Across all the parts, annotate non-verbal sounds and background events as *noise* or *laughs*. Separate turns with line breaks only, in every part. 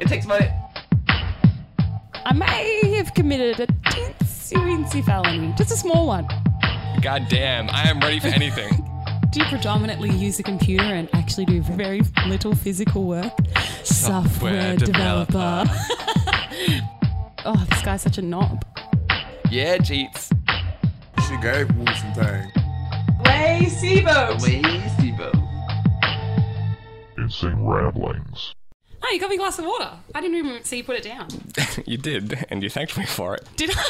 It takes money.
I may have committed a teensy weensy felony, just a small one.
God damn, I am ready for anything. *laughs*
Do you predominantly use a computer and actually do very little physical work? Software, developer. *laughs* oh, this guy's such a knob.
yeah, Jeets.
She gave me some things.
Way Sibo.
Lazy Bo.
Insane ramblings.
Oh, you got me a glass of water. I didn't even see you put it down.
you did, and you thanked me for it.
Did I?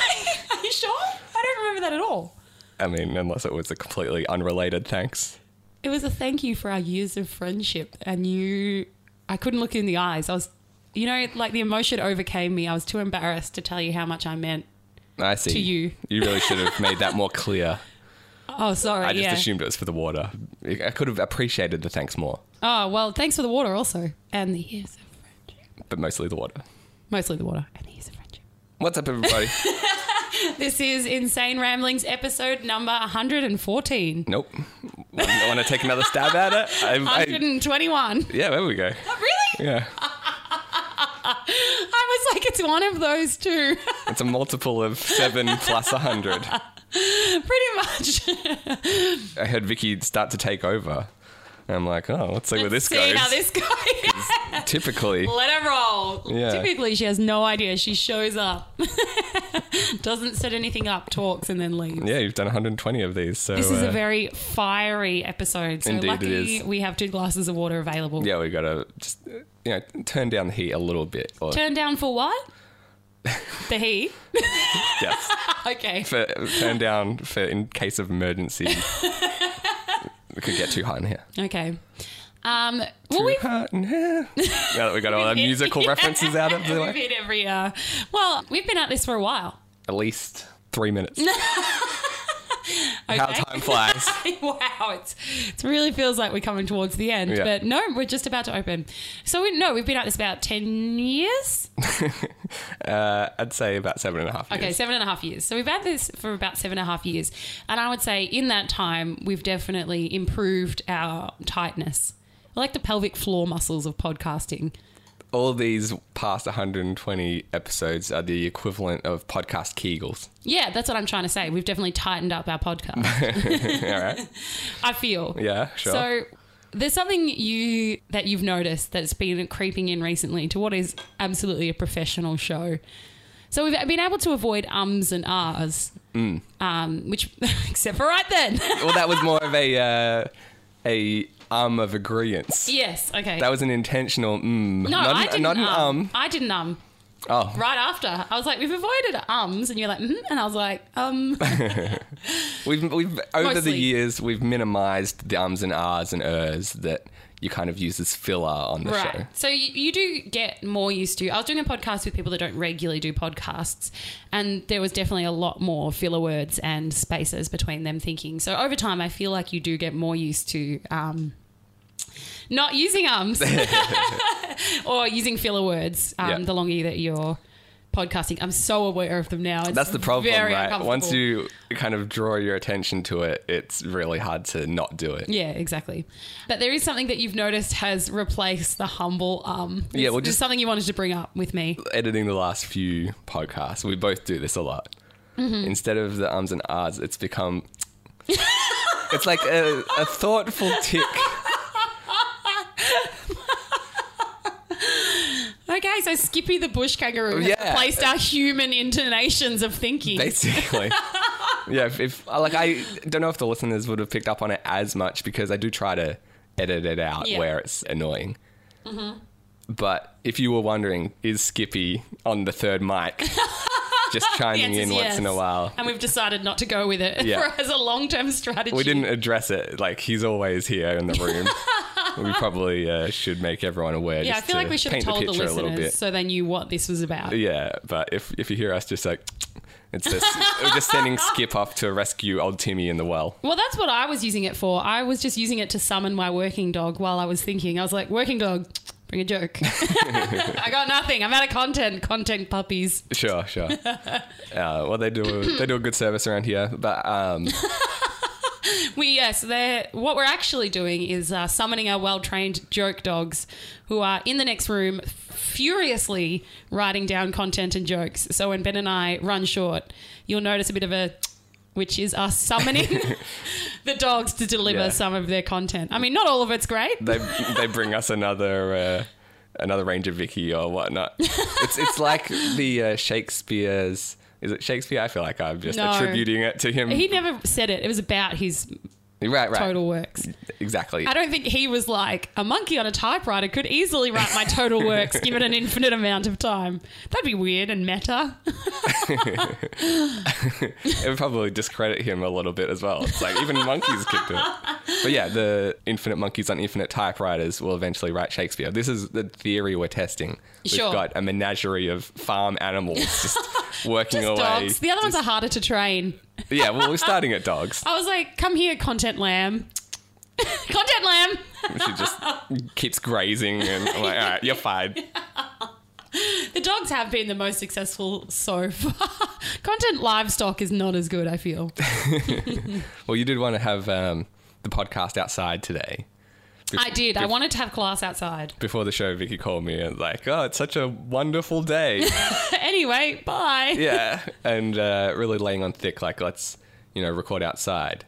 *laughs* Are you sure? I don't remember that at all.
I mean, unless it was a completely unrelated thanks.
It was a thank you for our years of friendship, and you. I couldn't look you in the eyes. I was, you know, like the emotion overcame me. I was too embarrassed to tell you how much I meant.
I see.
To you.
You really should have made that more
*laughs*
clear.
Oh, sorry.
I just
yeah.
assumed it was for the water. I could have appreciated the thanks more,
Oh, well, thanks for the water also. And the years of friendship.
but mostly the water.
Mostly the water and the years of friendship.
What's
*laughs*
up, everybody?
This is Insane Ramblings episode number 114.
nope. I want to take another stab at it. I, I, *laughs*
121.
yeah, there we go.
Oh, Really?
Yeah,
I was like, it's one of those two. *laughs*
it's a multiple of seven plus a hundred.
Pretty much.
I heard Vicky start to take over. I'm like, oh, let's see where this
*laughs* See
goes.
how this goes. *laughs*
Typically,
Let her roll.
Yeah.
Typically, she has no idea. She shows up, *laughs* doesn't set anything up, talks, and then leaves.
yeah, you've done 120 of these. So
This is
uh,
a very fiery episode. So
Indeed it
lucky
is.
we have two glasses of water available.
yeah, we gotta just uh, you know turn down the heat a little bit. Or, *laughs*
Turn down for what? the heat.
yes,
*laughs* Okay.
for, turn down for in case
*laughs*
of emergency. we could get too hot in here.
Okay. Um, well, *laughs*
Too
we've
hot in here. now that we got
*laughs*
all our musical references out of the
we've *laughs*
way,
hit every. Uh, well, we've been at this for a while.
at least three minutes. How time flies.
*laughs* wow, it's it really feels like we're coming towards the end.
Yeah.
But no, we're just about to open. So we no, we've been at this about ten years.
Uh, I'd say about seven and a half.
Okay,
years.
seven and a half years. So we've had this for about seven and a half years, and I would say in that time we've definitely improved our tightness, like the pelvic floor muscles of podcasting.
all these past 120 episodes are the equivalent of podcast
*laughs*
Kegels.
Yeah, that's what I'm trying to say. We've definitely tightened up our podcast.
All right.
I feel.
Yeah, sure.
So there's something you that you've noticed that's been creeping in recently to what is absolutely a professional show. So we've been able to avoid ums and ahs,
Mm.
um, which *laughs* except for right then.
well, that was more of a uh, a um of agreement.
*laughs* yes. Okay.
That was an intentional mm.
no,
not,
I
an,
didn't.
not an
um.
um.
I didn't um.
Oh,
Right after, I was like, "We've avoided ums," and you're like, mm, "And I was like, um,
we've we've over the
Mostly.
years we've minimized the ums and ahs and ers that you kind of use as filler on the show.
right." So you, you do get more used to. I was doing a podcast with people that don't regularly do podcasts, and there was definitely a lot more filler words and spaces between them thinking. So over time, I feel like you do get more used to um, not using ums
*laughs*
*laughs* or using filler words um,
Yeah.
the longer that you're podcasting. I'm so aware of them now. It's
That's the problem,
very
right?
uncomfortable.
Once you kind of draw your attention to it, it's really hard to not do it.
Yeah, exactly. But there is something that you've noticed has replaced the humble um.
Yeah,
It's-
well,
it's
just-
something you wanted to bring up with me.
editing the last few podcasts, we both do this a lot.
Mm-hmm.
Instead of the ums and ahs,
*laughs*
it's become. it's like a, a thoughtful tick.
Okay, so Skippy the bush kangaroo has
Yeah.
replaced our human intonations of thinking.
*laughs* basically. yeah, if, if uh, like I don't know if the listeners would have picked up on it as much because I do try to edit it out
Yeah. Mm-hmm.
where it's annoying. But if you were wondering, is Skippy on the
*laughs*
third mic? Just
The
chiming
answer's
in once in a
yes.
while.
and we've decided not to go with it *laughs*
Yeah.
for, as a long-term strategy.
We didn't address it. Like he's always here in
*laughs*
the room. we probably uh, should make everyone aware.
Yeah, I
just
feel
to
like we should have
paint
told the,
the picture a little
listeners
bit.
so they knew what this was about.
yeah, but if if you hear us just like, it's this, we're just
*laughs*
sending Skip off to rescue old Timmy in the well.
Well, that's what I was using it for. I was just using it to summon my working dog while I was thinking. I was like, working dog, bring a joke. *laughs* I got nothing. I'm out of content. Content puppies.
Sure,
*laughs*
sure. uh, well, they do they do a good service around here, but um,
we yes, they're what we're actually doing is uh, summoning our well-trained joke dogs, who are in the next room furiously writing down content and jokes. So when Ben and I run short, you'll notice a bit of a, which is us
*laughs*
summoning the dogs to deliver
Yeah.
some of their content. I mean, not all of it's great.
they they bring us another uh, another Ranger Vicky or whatnot. It's it's like the uh, Shakespeare's. Is it Shakespeare? I feel like I'm just
No.
attributing it to him.
He never said it. It was about his
right, right.
total works.
Exactly.
I don't think he was like a monkey on a typewriter could easily write my total
*laughs*
works given an infinite amount of time. That'd be weird and meta.
It would probably discredit him a little bit as well. It's like even monkeys
*laughs*
kicked it. But yeah, the infinite monkeys on infinite typewriters will eventually write Shakespeare. This is the theory we're testing. We've
Sure.
got a menagerie of farm animals just
*laughs*
working
Just
away.
dogs. The other ones are harder to train.
yeah, well, we're starting at dogs.
I was like, come here, content lamb. *laughs* content lamb.
She just keeps grazing, and I'm like, all right, you're fine.
The dogs have been the most successful so *laughs* far. content livestock is not as good, I feel.
Well, you did want to have um, the podcast outside today.
I did. I wanted to have class outside. *laughs*
Before the show, Vicky called me and like, oh, it's such a wonderful day.
anyway, bye.
yeah, and uh, really laying on thick, like let's you know record outside.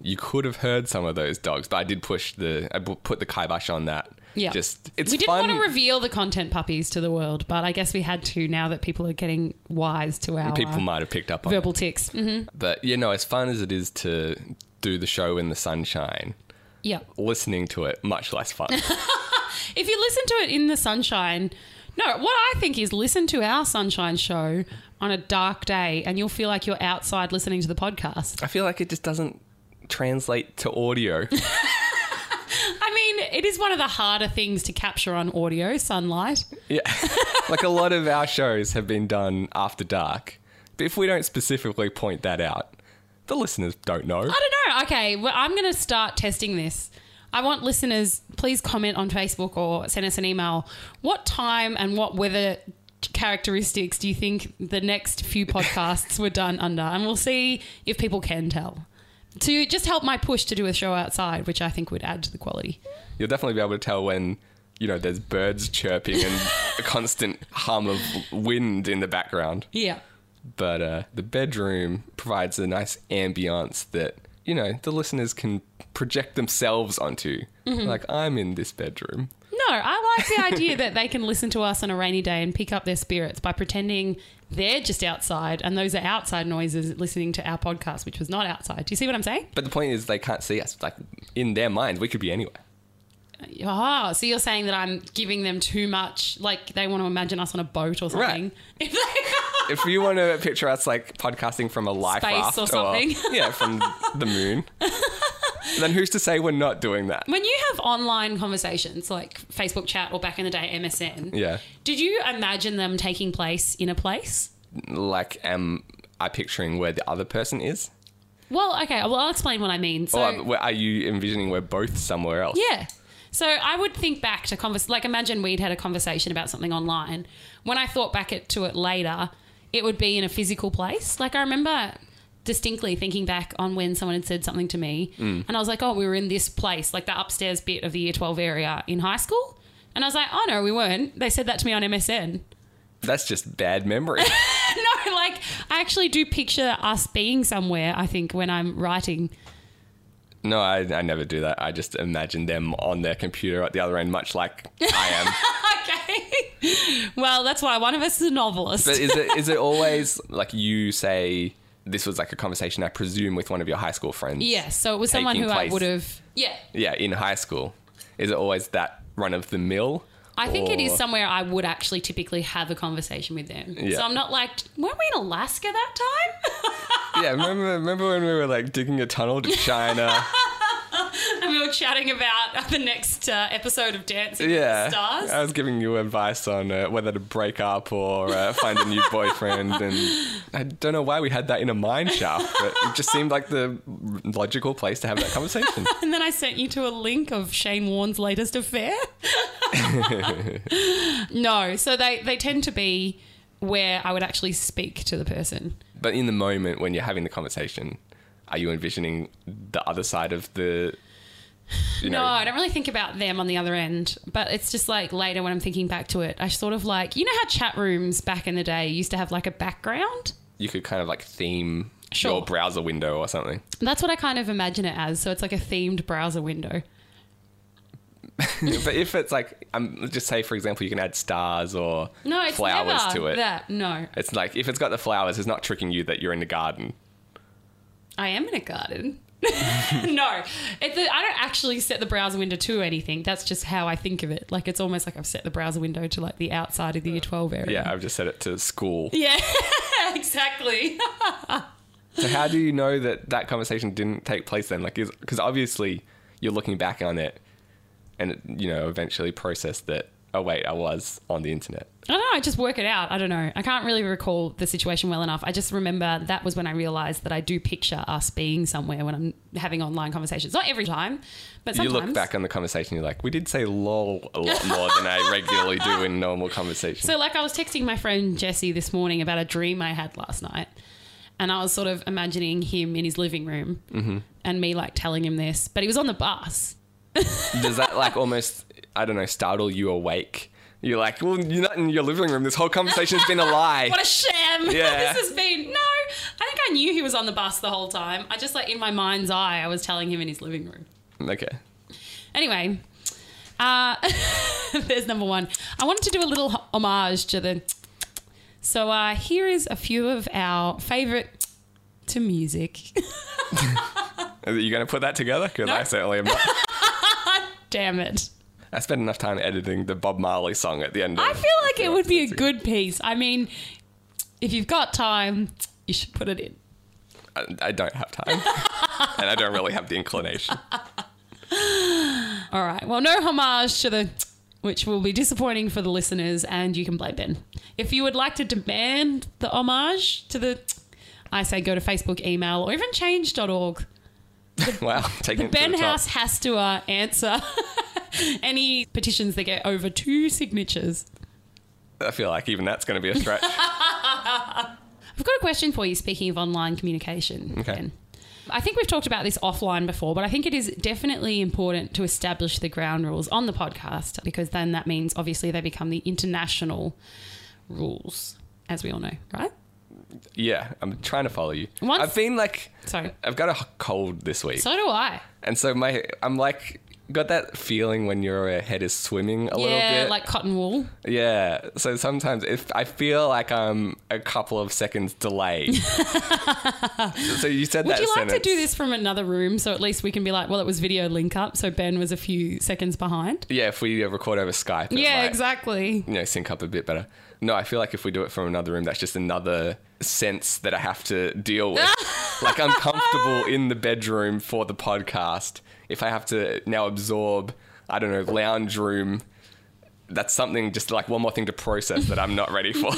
You could have heard some of those dogs, but I did push the I bu- put the kibosh on that.
Yeah.
just it's
we didn't
fun.
want to reveal the content puppies to the world, but I guess we had to now that people are getting wise to our
People
uh,
might have picked up on
verbal ticks. hmm
it, but you know, as fun as it is to do the show in the sunshine,
Yeah.
listening to it much
*laughs*
less fun.
If you listen to it in the sunshine, no, what I think is listen to our sunshine show on a dark day and you'll feel like you're outside listening to the podcast.
I feel like it just doesn't translate to audio.
I mean, it is one of the harder things to capture on audio, sunlight.
Yeah. like a lot of our shows have been done after dark. But if we don't specifically point that out, the listeners don't know.
I don't know. Okay, well, I'm going to start testing this. I want listeners, please comment on Facebook or send us an email. What time and what weather characteristics do you think the next few podcasts were done under? And we'll see if people can tell. To just help my push to do a show outside, which I think would add to the quality.
You'll definitely be able to tell when, you know, there's birds
*laughs*
chirping and a constant hum of wind in the background.
Yeah.
But uh, the bedroom provides a nice ambiance that, you know, the listeners can project themselves onto.
Mm-hmm.
Like, I'm in this bedroom.
No, I like the idea that they can listen to us on a rainy day and pick up their spirits by pretending they're just outside and those are outside noises listening to our podcast, which was not outside. Do you see what I'm saying?
But the point is, they can't see us. Like, in their minds, we could be anywhere.
Oh, so you're saying that I'm giving them too much, like they want to imagine us on a boat or something. *laughs*
Right.
If they *laughs*
if you want to picture us like podcasting from a life
Space
raft
or something.
*laughs* yeah, from
*laughs*
the moon, then who's to say we're not doing that?
when you have online conversations like Facebook chat or back in the day MSN,
Yeah,
did you imagine them taking place in a place?
like am I picturing where the other person is,
Well, okay, well, I'll explain what I mean. So,
or where, are you envisioning we're both somewhere else?
Yeah. So I would think back to convers like imagine we'd had a conversation about something online. When I thought back it, to it later, it would be in a physical place. Like I remember distinctly thinking back on when someone had said something to me, and I was like, "Oh, we were in this place, like the upstairs bit of the year twelve area in high school." And I was like, "Oh no, we weren't." They said that to me on MSN.
That's just bad
*laughs*
memory.
no, like I actually do picture us being somewhere. I think when I'm writing, *laughs*
no, I, I never do that. I just imagine them on their computer at the other end, much like I
*laughs*
am.
okay. well, that's why one of us is a novelist.
But is it is it always like you say? This was like a conversation, I presume, with one of your high school friends.
Yes, so it was someone who
taking
I
place.
would have. Yeah,
yeah, in high school? Is it always that run of the mill?
I think it is
Or-
somewhere I would actually typically have a conversation with them.
Yeah.
So I'm not like, weren't we in Alaska that time? *laughs*
Yeah, remember remember when we were like digging a tunnel to
*laughs*
China?
and we were chatting about the next uh, episode of Dancing
Yeah,
with the Stars.
I was giving you advice on uh, whether to break up or uh, find
*laughs*
a new boyfriend, and I don't know why we had that in a mine shaft, but it just seemed like the logical place to have that
*laughs*
conversation.
and then I sent you to a link of Shane Warne's latest
*laughs*
affair. *laughs* no, so they, they tend to be where I would actually speak to the person.
But in the moment when you're having the conversation, are you envisioning the other side of the? You
No,
know,
I don't really think about them on the other end, but it's just like later when I'm thinking back to it, I sort of like, you know how chat rooms back in the day used to have like a background?
you could kind of like theme
Sure.
your browser window
*laughs*
or something.
That's what I kind of imagine it as. So it's like a themed browser window.
but if it's like, um, just say for example, you can add stars or
No, it's
flowers
never
to it.
That no,
It's like if it's got the flowers, it's not tricking you that you're in the garden.
I am in a garden. *laughs* no, it's a, I don't actually set the browser window to anything. That's just how I think of it. Like it's almost like I've set the browser window to like the outside
Uh,
of the year twelve area.
Yeah, I've just set it to school.
*laughs* Yeah, exactly.
So how do you know that that conversation didn't take place then? Like, because obviously you're looking back on it, and it, you know eventually process that. Oh wait, I was on the internet.
I don't know. I just work it out. I don't know. I can't really recall the situation well enough. I just remember that was when I realized that I do picture us being somewhere when I'm having online conversations. Not every time, but sometimes.
You look back on the conversation, you're like, we did say lol a lot more than I regularly do in normal
*laughs*
conversation.
So, like, I was texting my friend Jesse this morning about a dream I had last night, and I was sort of imagining him in his living room
Mm-hmm.
and me like telling him this, but he was on the bus.
Does that like almost, I don't know, startle you awake? You're like, well, you're not in your living room. This whole conversation's been a
*laughs*
lie. *laughs*
What a sham!
Yeah.
this has been no. I think I knew he was on the bus the whole time. I just like in my mind's eye, I was telling him in his living room.
okay.
Anyway, uh, *laughs* there's number one. I wanted to do a little homage to the. So uh, here is a few of our favorite to music. *laughs*
Are you going to put that together? Because I certainly am not.
Damn it.
I spent enough time editing the Bob Marley song at the end. Of
I feel like it would be a good piece. I mean, if you've got time, you should put it in.
I, I don't
*laughs*
have time, and I don't really have the inclination.
All right. Well, no homage to the, which will be disappointing for the listeners, and you can blame Ben. If you would like to demand the homage to the, I say go to Facebook, email, or even change.org.
Wow, taking it to
Ben
the top.
House has to uh, answer *laughs* any petitions that get over two signatures.
I feel like even that's going to be
*laughs*
a stretch.
I've got a question for you. Speaking of online communication,
Okay.
Ben. I think we've talked about this offline before, but I think it is definitely important to establish the ground rules on the podcast because then that means obviously they become the international rules, as we all know, right?
yeah, I'm trying to follow you.
Once-
I've been like,
Sorry.
I've got a h- cold this week.
So do I.
And so my, I'm like, got that feeling when your head is swimming a little
yeah,
bit.
like cotton wool.
yeah. So sometimes if I feel like I'm a couple of seconds
*laughs*
delayed. so you said
Would
that.
you like
sentence.
to do this from another room so at least we can be like, well, it was video link up, so Ben was a few seconds behind?
Yeah, if we record over Skype. it
yeah,
might,
exactly.
You know, sync up a bit better. No, I feel like if we do it from another room, that's just another sense that I have to deal with. like I'm comfortable in the bedroom for the podcast. If I have to now absorb, I don't know, lounge room. That's something just like one more thing to process that I'm not ready for.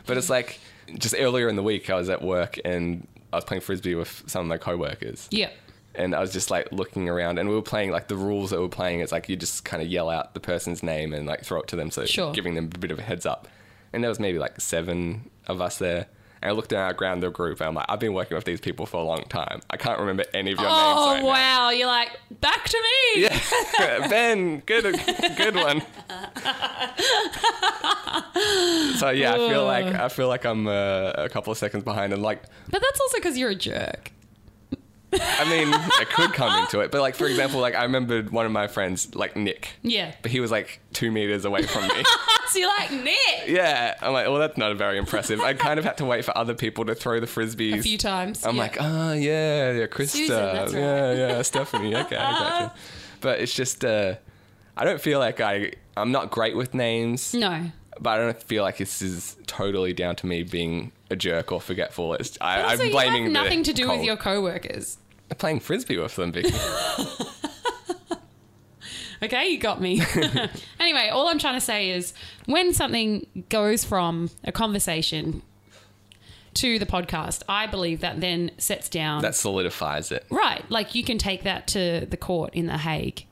*laughs* but it's like just earlier in the week, I was at work and I was playing frisbee with some of my coworkers
Yep.
and I was just like looking around, and we were playing like the rules that we were playing. It's like you just kind of yell out the person's name and like throw it to them, so
Sure.
giving them a bit of a heads up. And there was maybe like seven of us there. And I looked down our ground the group, and I'm like, I've been working with these people for a long time. I can't remember any of your
Oh,
names. right now."
wow. You're like, back to me.
*laughs* ben, good,
*laughs*
good one. so yeah, I feel like I feel like I'm uh, a couple of seconds behind, and like
But that's also because you're a jerk.
I mean, it could come into it, but like for example, like I remembered one of my friends, like Nick.
Yeah.
but he was like two meters away from me.
*laughs* So you're like, Nick.
yeah, I'm like, well, that's not very impressive. I kind of had to wait for other people to throw the frisbees.
A few times.
I'm
yeah.
like, oh yeah, yeah, Krista,
Susan, that's right.
yeah, yeah, Stephanie. Okay, I
*laughs*
gotcha. But it's just, uh, I don't feel like I, I'm not great with names,
no.
but I don't feel like this is totally down to me being a jerk or forgetful. It's, I,
Also,
I'm
you have
blaming the
nothing to do
cold.
with your coworkers.
I'm playing frisbee with them, Vicky.
Okay, you got
*laughs*
me. *laughs* anyway, all I'm trying to say is when something goes from a conversation to the podcast, I believe that then sets down.
that solidifies it.
right. Like you can take that to the court in The Hague.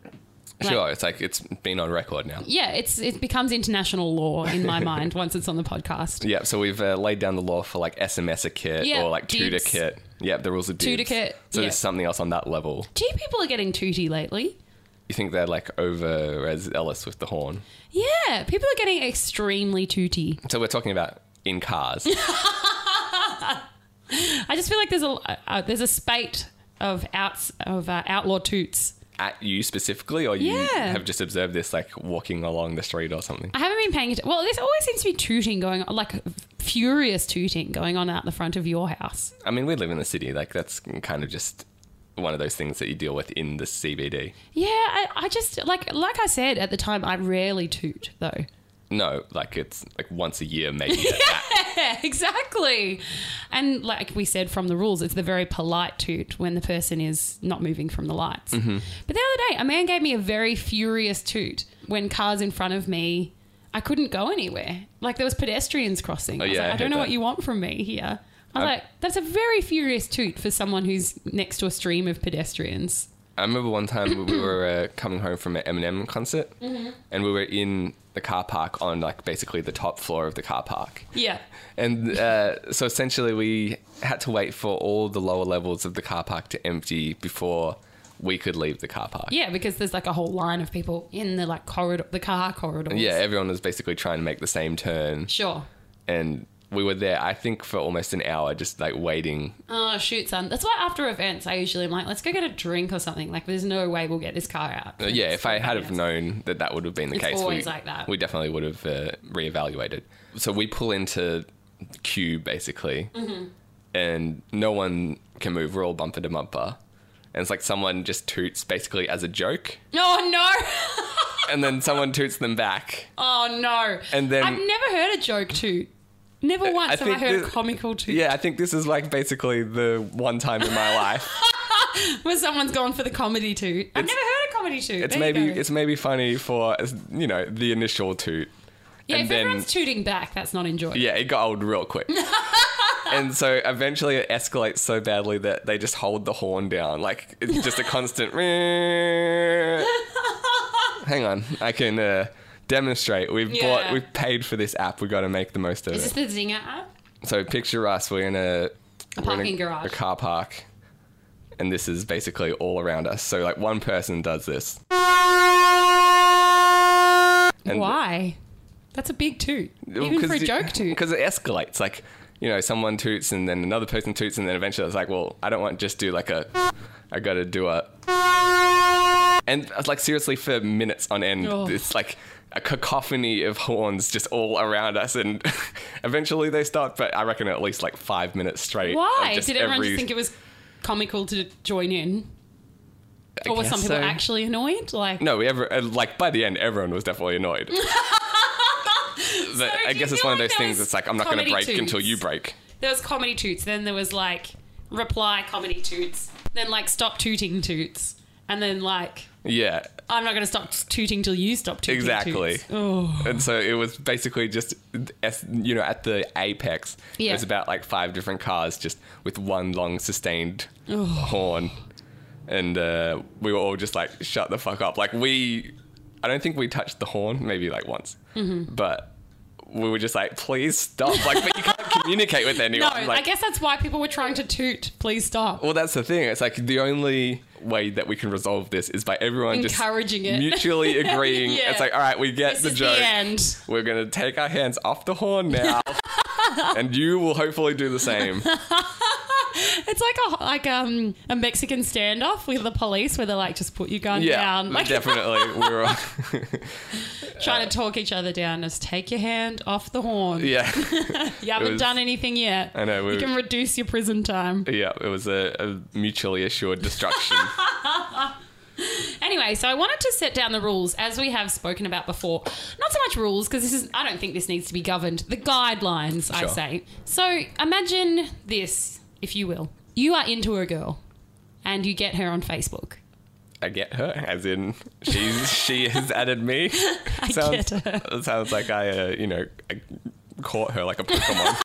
Like-
Sure, it's like it's been on record now.
Yeah, it's it becomes international law in my mind once it's on the podcast.
Yeah, so we've uh, laid down the law for like SMS a kit
Yeah,
or like tutor
dibs.
kit. Yep, the rules are dibs.
Tutica,
So
yep.
there's something else on that level.
Two people are getting tooty lately.
You think they're like over as Ellis with the horn.
Yeah, people are getting extremely tooty.
So we're talking about in *laughs* cars.
I just feel like there's a uh, there's a spate of outs of uh, outlaw toots.
At you specifically, or you
Yeah.
have just observed this like walking along the street or something?
I haven't been paying attention. Well, there's always seems to be tooting going on, like furious tooting going on out the front of your house.
I mean, we live in the city. Like, that's kind of just one of those things that you deal with in the CBD.
Yeah, I, I just like like I said at the time, I rarely toot though.
No, like, it's like once a year, maybe. *laughs* at
Yeah,
that.
*laughs* exactly. And like we said from the rules, it's the very polite toot when the person is not moving from the lights.
Mm-hmm.
But the other day, a man gave me a very furious toot when cars in front of me. I couldn't go anywhere. Like there was pedestrians crossing.
Oh,
I was
yeah,
like,
I
I, don't
heard
know what
that.
you want from me here. I was
I-
like, that's a very furious toot for someone who's next to a stream of pedestrians.
I remember one time we were uh, coming home from an Eminem concert and we were in the car park on like basically the top floor of the car park.
Yeah.
And uh, so essentially, we had to wait for all the lower levels of the car park to empty before we could leave the car park.
Yeah, because there's like a whole line of people in the like corridor, the car corridors.
Yeah, everyone was basically trying to make the same turn.
Sure.
And we were there, I think, for almost an hour, just like waiting.
Oh shoot, son! That's why after events, I usually am like, let's go get a drink or something. Like, there's no way we'll get this car out.
But Uh, yeah, if I had have known that that would have been the
It's
case,
always
we,
like that.
we definitely would have uh, reevaluated. So we pull into queue basically,
Mm-hmm.
and no one can move. We're all bumper to bumper. And it's like someone just toots basically as a joke.
Oh no! *laughs*
and then someone toots them back.
Oh no!
And then- Uh,
I've never heard a joke toot. Never once have I
think
heard a
this-
comical toot
Yeah, I think this is like basically the one time in my life.
*laughs* *laughs* where someone's gone for the comedy toot. I've
It's-
never heard a comedy toot.
It's
There you
maybe
go.
it's maybe funny for you know the initial toot.
yeah.
and
If
then-
everyone's tooting back, that's not enjoyable.
Yeah, it got old
*laughs*
real quick. and so eventually it escalates so badly that they just hold the horn down. Like it's just a constant. *laughs* Hang on, I can uh, demonstrate. We've
Yeah.
bought, we've paid for this app. We've got to make the most of
Is
it.
this the Zinger app?
So picture us, we're in a,
A
we're in
parking garage.
a car park, and this is basically all around us. So like one person does this. And-
Why? That's a big toot, even for a joke toot.
because it escalates. Like you know, someone toots and then another person toots, and then eventually it's like, well, I don't want to just do like a, I got to do a, and like seriously for minutes on end,
Oh.
it's like. A cacophony of horns just all around us, and *laughs* eventually they stop. But I reckon at least like five minutes straight. of
Why
just
did everyone
every-
just think it was comical to join in?
I
Or were some
guess
people
so.
actually annoyed? Like,
No, we ever uh, like by the end, everyone was
*laughs*
definitely annoyed. But
do
I
you
guess it's
feel
one of
like
those
there
things.
was
It's like I'm not going to
comedy
break
toots?
until you break.
there was comedy toots, then there was like reply comedy toots, then like stop tooting toots, and then like
Yeah,
I'm not going to stop tooting till you stop tooting.
exactly.
toots. Oh.
And so it was basically just, as- you know, at the apex,
Yeah.
it was about like five different cars, just with one long sustained horn, and uh, we were all just like, "Shut the fuck up!" Like we, I don't think we touched the horn, maybe like once,
Mm-hmm.
but we were just like, "Please stop!" Like, but you can't communicate
*laughs*
with
No,
anyone. like,
I guess that's why people were trying to toot. Please stop.
Well, that's the thing. It's like the only way that we can resolve this is by everyone just
Encouraging it. *laughs*
mutually agreeing.
Yeah.
It's like, all right, we get
this
the
is
joke.
the end.
We're gonna take our hands off the
*laughs*
horn now, and you will hopefully do the same.
It's like a like um a Mexican standoff with the police where they're like just put your gun
Yeah,
down, like
*laughs* definitely. We We're all, *laughs*
trying to talk each other down. Just take your hand off the horn. *laughs*
yeah,
you haven't
was-
done anything yet.
I know, we
you
were-
can reduce your prison time.
yeah. It was a, a mutually assured
*laughs*
destruction.
Anyway, so I wanted to set down the rules as we have spoken about before. Not so much rules because this is I don't think this needs to be governed. The guidelines, I
Sure.
say. So imagine this, if you will. You are into a girl and you get her on Facebook. *laughs*
I get her, as in she's she has
*laughs*
added me. I
get her.
Sounds like I, uh, you know, I caught her like
*laughs*
a Pokemon.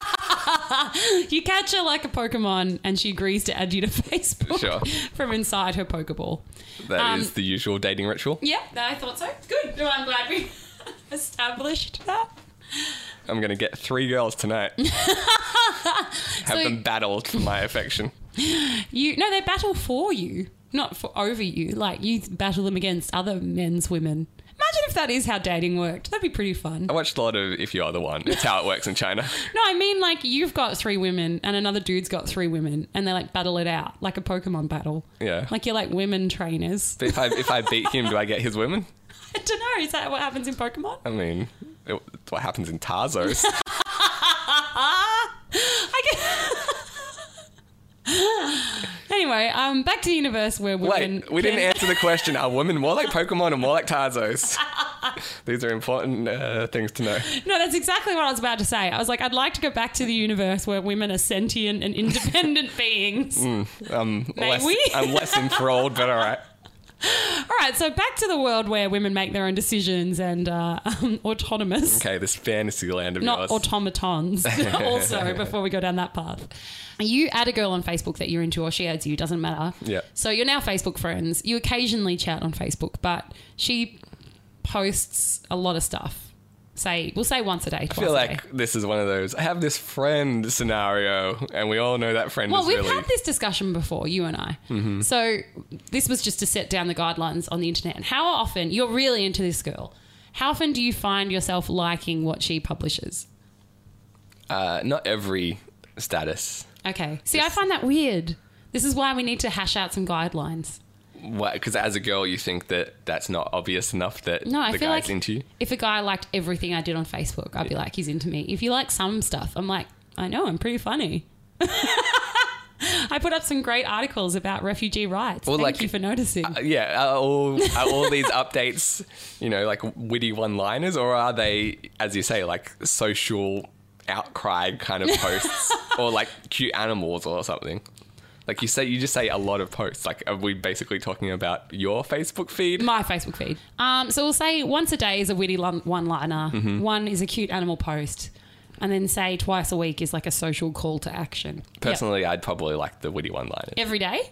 You catch her like a Pokemon and she agrees to add you to *laughs* Facebook
Sure.
from inside her Pokeball.
That is
Um,
the usual dating ritual.
Yeah, I thought so. Good. No, I'm glad we *laughs* established that. *laughs*
I'm gonna get three girls tonight. Have
So-
them battled for my affection.
You no, they battle for you, not for over you. Like you battle them against other men's women. Imagine if that is how dating worked. That'd be pretty fun.
I watched a lot of If You Are the One. It's how it works in China.
No, I mean like you've got three women and another dude's got three women, and they like battle it out like a Pokemon battle.
Yeah.
Like you're like women trainers.
But if I if I beat him, do I get his women?
*laughs* I don't know. Is that what happens in Pokemon?
I mean, it, it's what happens
*laughs*
in Tarzos?
Ah! I get- *laughs* anyway, um, back to the universe where women.
Wait, we didn't
can-
answer the question. Are women more like Pokemon or more
*laughs*
like Tarzos? These are important uh, things to know.
No, that's exactly what I was about to say. I was like, I'd like to go back to the universe where women are sentient and independent *laughs* beings.
Um,
May
less,
we?
I'm less enthralled, but all right.
*laughs* All right, so back to the world where women make their own decisions and uh, um, *laughs* autonomous.
Okay, this fantasy land of
Not
yours.
automatons, *laughs*
*laughs*
also, before we go down that path. You add a girl on Facebook that you're into, or she adds you, doesn't matter.
Yeah.
So you're now Facebook friends. You occasionally chat on Facebook, but she posts a lot of stuff. Say, we'll say once a day.
I feel like this is one of those. I have this friend scenario, and we all know that friend
Well,
is
we've
really. Mm-hmm.
had this discussion before, you and I. So this was just to set down the guidelines on the internet. And how often you're really into this girl? How often do you find yourself liking what she publishes?
uh, not every status,
Okay. See, I find that weird. This is why we need to hash out some guidelines.
because as a girl, you think that that's not obvious enough that
No, I
the
feel
guy's
like
into you.
if a guy liked everything I did on Facebook, I'd be like, he's into me. If you like some stuff, I'm like, I know, I'm pretty funny. *laughs* I put up some great articles about refugee rights.
Well,
Thank
like-
you for noticing.
Uh, yeah, are all are
*laughs*
all these updates, you know, like witty one-liners, or are they, as you say, like social outcry kind of
*laughs*
posts, or like cute animals or something? Like you say, you just say a lot of posts. Like, are we basically talking about your Facebook feed?
my Facebook feed. Um, so we'll say once a day is a witty one liner,
Mm-hmm.
one is a cute animal post, and then say twice a week is like a social call to action. Yep.
Personally, I'd probably like the witty one-liners.
Every day?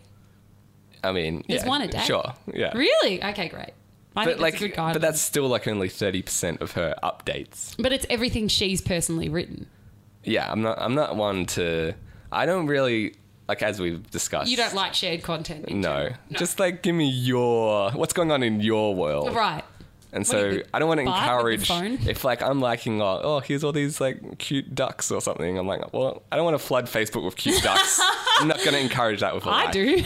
I mean,
There's
yeah,
one a day.
Sure, yeah.
Really? Okay, great. I
But
think
like,
that's a good guide.
but that's still like only thirty percent of her updates.
But it's everything she's personally written.
Yeah, I'm not. I'm not one to. I don't really like as we've discussed.
You don't like shared content. in
No.
general.
Just like give me your what's going on in your world.
Right.
And
What are
so
you, the
I don't want to
bot with the
encourage
phone?
if like I'm liking oh, oh here's all these like cute ducks or something. I'm like, well, I don't want to flood Facebook with cute ducks. I'm not gonna encourage that with a
*laughs* I
like.
do.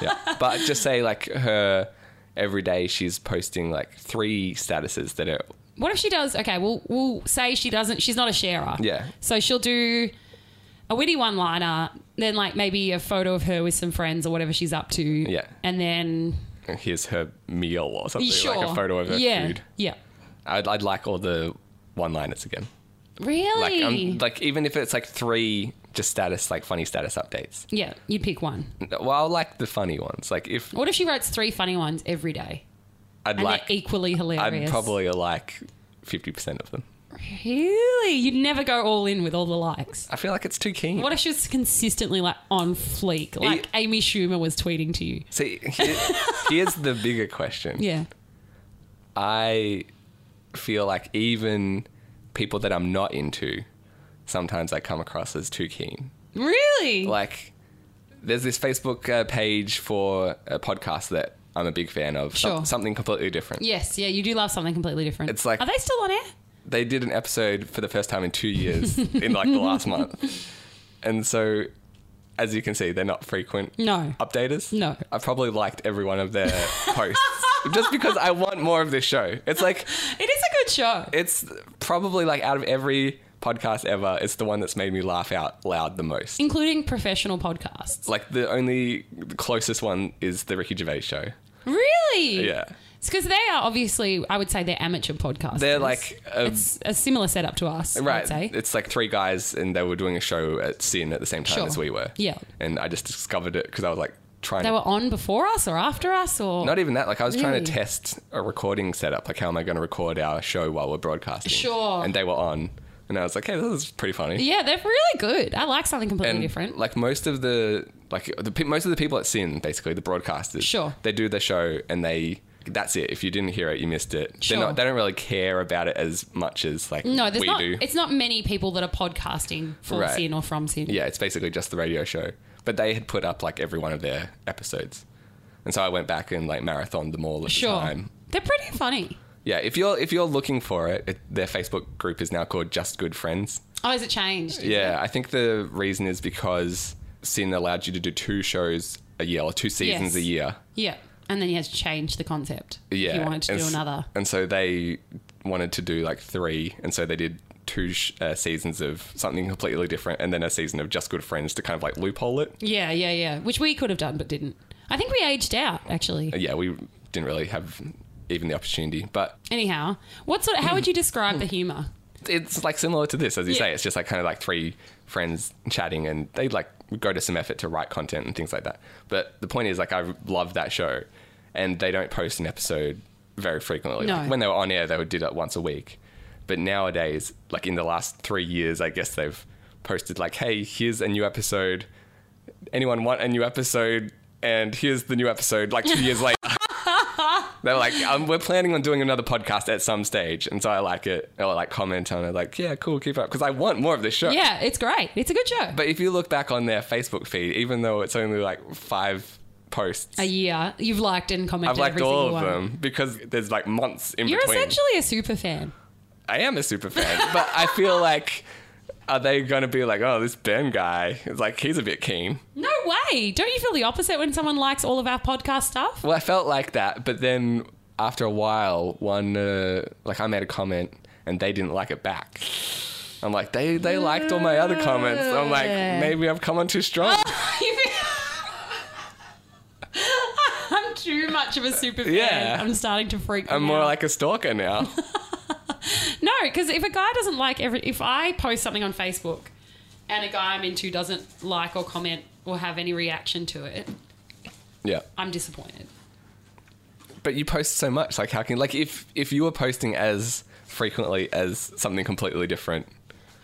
Yeah. But just say like her every day she's posting like three statuses that are
what if she does? Okay, we'll, we'll say she doesn't, she's not a sharer.
Yeah.
So she'll do a witty one liner, then like maybe a photo of her with some friends or whatever she's up to.
Yeah.
And then
here's her meal or something.
sure.
Like a photo of her
yeah.
food.
Yeah.
I'd I'd like all the one liners again. Like
Really?
I'm, like even if it's like three just status like funny status updates.
yeah, you'd pick one.
Well, I like the funny ones. Like if
What if she writes three funny ones every day?
I'd
And
like,
they're equally hilarious.
I'd probably like fifty percent of them.
Really? You'd never go all in with all the likes.
I feel like it's too keen.
What if she was consistently like on fleek, like
It-
Amy Schumer was tweeting to you?
See, here, here's the bigger question.
*laughs* Yeah.
I feel like even people that I'm not into, sometimes I come across as too keen.
Really?
Like, there's this Facebook uh, page for a podcast that I'm a big fan of. Some-
Sure.
something completely different.
yes, yeah, you do love something completely different.
It's like-
Are they still on air?
they did an episode for the first time in two years in like the last month. And so, as you can see, they're not frequent
No.
updaters.
No.
I probably liked every one of their posts just because I want more of this show. It's like,
It is a good show.
it's probably like out of every podcast ever, it's the one that's made me laugh out loud the most.
Including professional podcasts.
Like, the only closest one is the Ricky Gervais show.
Really?
Yeah.
It's because they are obviously, I would say, they're amateur podcasters.
They're like a
it's a similar setup to us, I'd
Right.
say.
It's like three guys, and they were doing a show at Sin at the same time
Sure.
as we were.
Yeah.
And I just discovered it because I was like trying
They
to.
were on before us or after us or
not even that. Like I was trying to
Really?
test a recording setup. Like how am I going to record our show while we're broadcasting?
Sure.
And they were on, and I was like, hey, this is pretty funny.
Yeah, they're really good. I like something completely
And
different.
like most of the like the pe- most of the people at Sin, basically the broadcasters,
Sure.
they do their show and they that's it. If you didn't hear it, you missed it.
Sure.
They're not, they don't really care about it as much as like
no, there's
we
not
do.
it's not many people that are podcasting for
Right.
sin or from sin.
yeah, it's basically just the radio show. But they had put up like every one of their episodes. And so I went back and like marathoned them all at the
Sure.
time.
They're pretty funny.
Yeah, if you're if you're looking for it, it, their Facebook group is now called Just Good Friends.
Oh, has it changed?
Yeah, I think the reason is because Sin allowed you to do two shows a year or two seasons
Yes.
a year.
Yeah. And then you had to change the concept.
Yeah,
If you wanted to
and
do
s-
another.
And so they wanted to do like three, and so they did two sh- uh, seasons of something completely different, and then a season of Just Good Friends to kind of like loophole it.
Yeah, yeah, yeah. Which we could have done but didn't. I think we aged out, actually.
Uh, Yeah, we didn't really have even the opportunity, but
Anyhow, what sort of,
Hmm.
how would you describe the humour?
it's like similar to this, as you
Yeah.
say. It's just like kind of like three friends chatting, and they like go to some effort to write content and things like that. But the point is, like, I love that show, and they don't post an episode very frequently.
No.
Like, when they were on air, they would do it once a week. But nowadays, like in the last three years, I guess they've posted like, "Hey, here's a new episode. Anyone want a new episode?" And here's the new episode. Like two years
*laughs*
later. They're like, um, we're planning on doing another podcast at some stage, and so I like it. Or like comment on it, like, yeah, cool, keep up, because I want more of this show.
Yeah, it's great. It's a good show.
But if you look back on their Facebook feed, even though it's only like five posts,
a year. You've liked and commented
I've liked
every
all
single
of
one.
them because there's like months in
You're
between.
essentially a super fan.
I am a super fan, but I
*laughs*
feel like, are they gonna be like, oh, this Ben guy? It's like he's a bit keen.
No way. Don't you feel the opposite when someone likes all of our podcast stuff? *laughs*
Well, I felt like that, but then after a while, one uh, like I made a comment and they didn't like it back. I'm like, they they liked all my other comments. I'm like, maybe I've come on too strong.
*laughs* I'm too much of a super fan.
Yeah.
I'm starting to freak.
I'm
me
more
out.
like a stalker now.
no, because if a guy doesn't like every, if I post something on Facebook, and a guy I'm into doesn't like or comment or have any reaction to it,
yeah,
I'm disappointed.
but you post so much. Like, how can like if if you were posting as frequently as something completely different?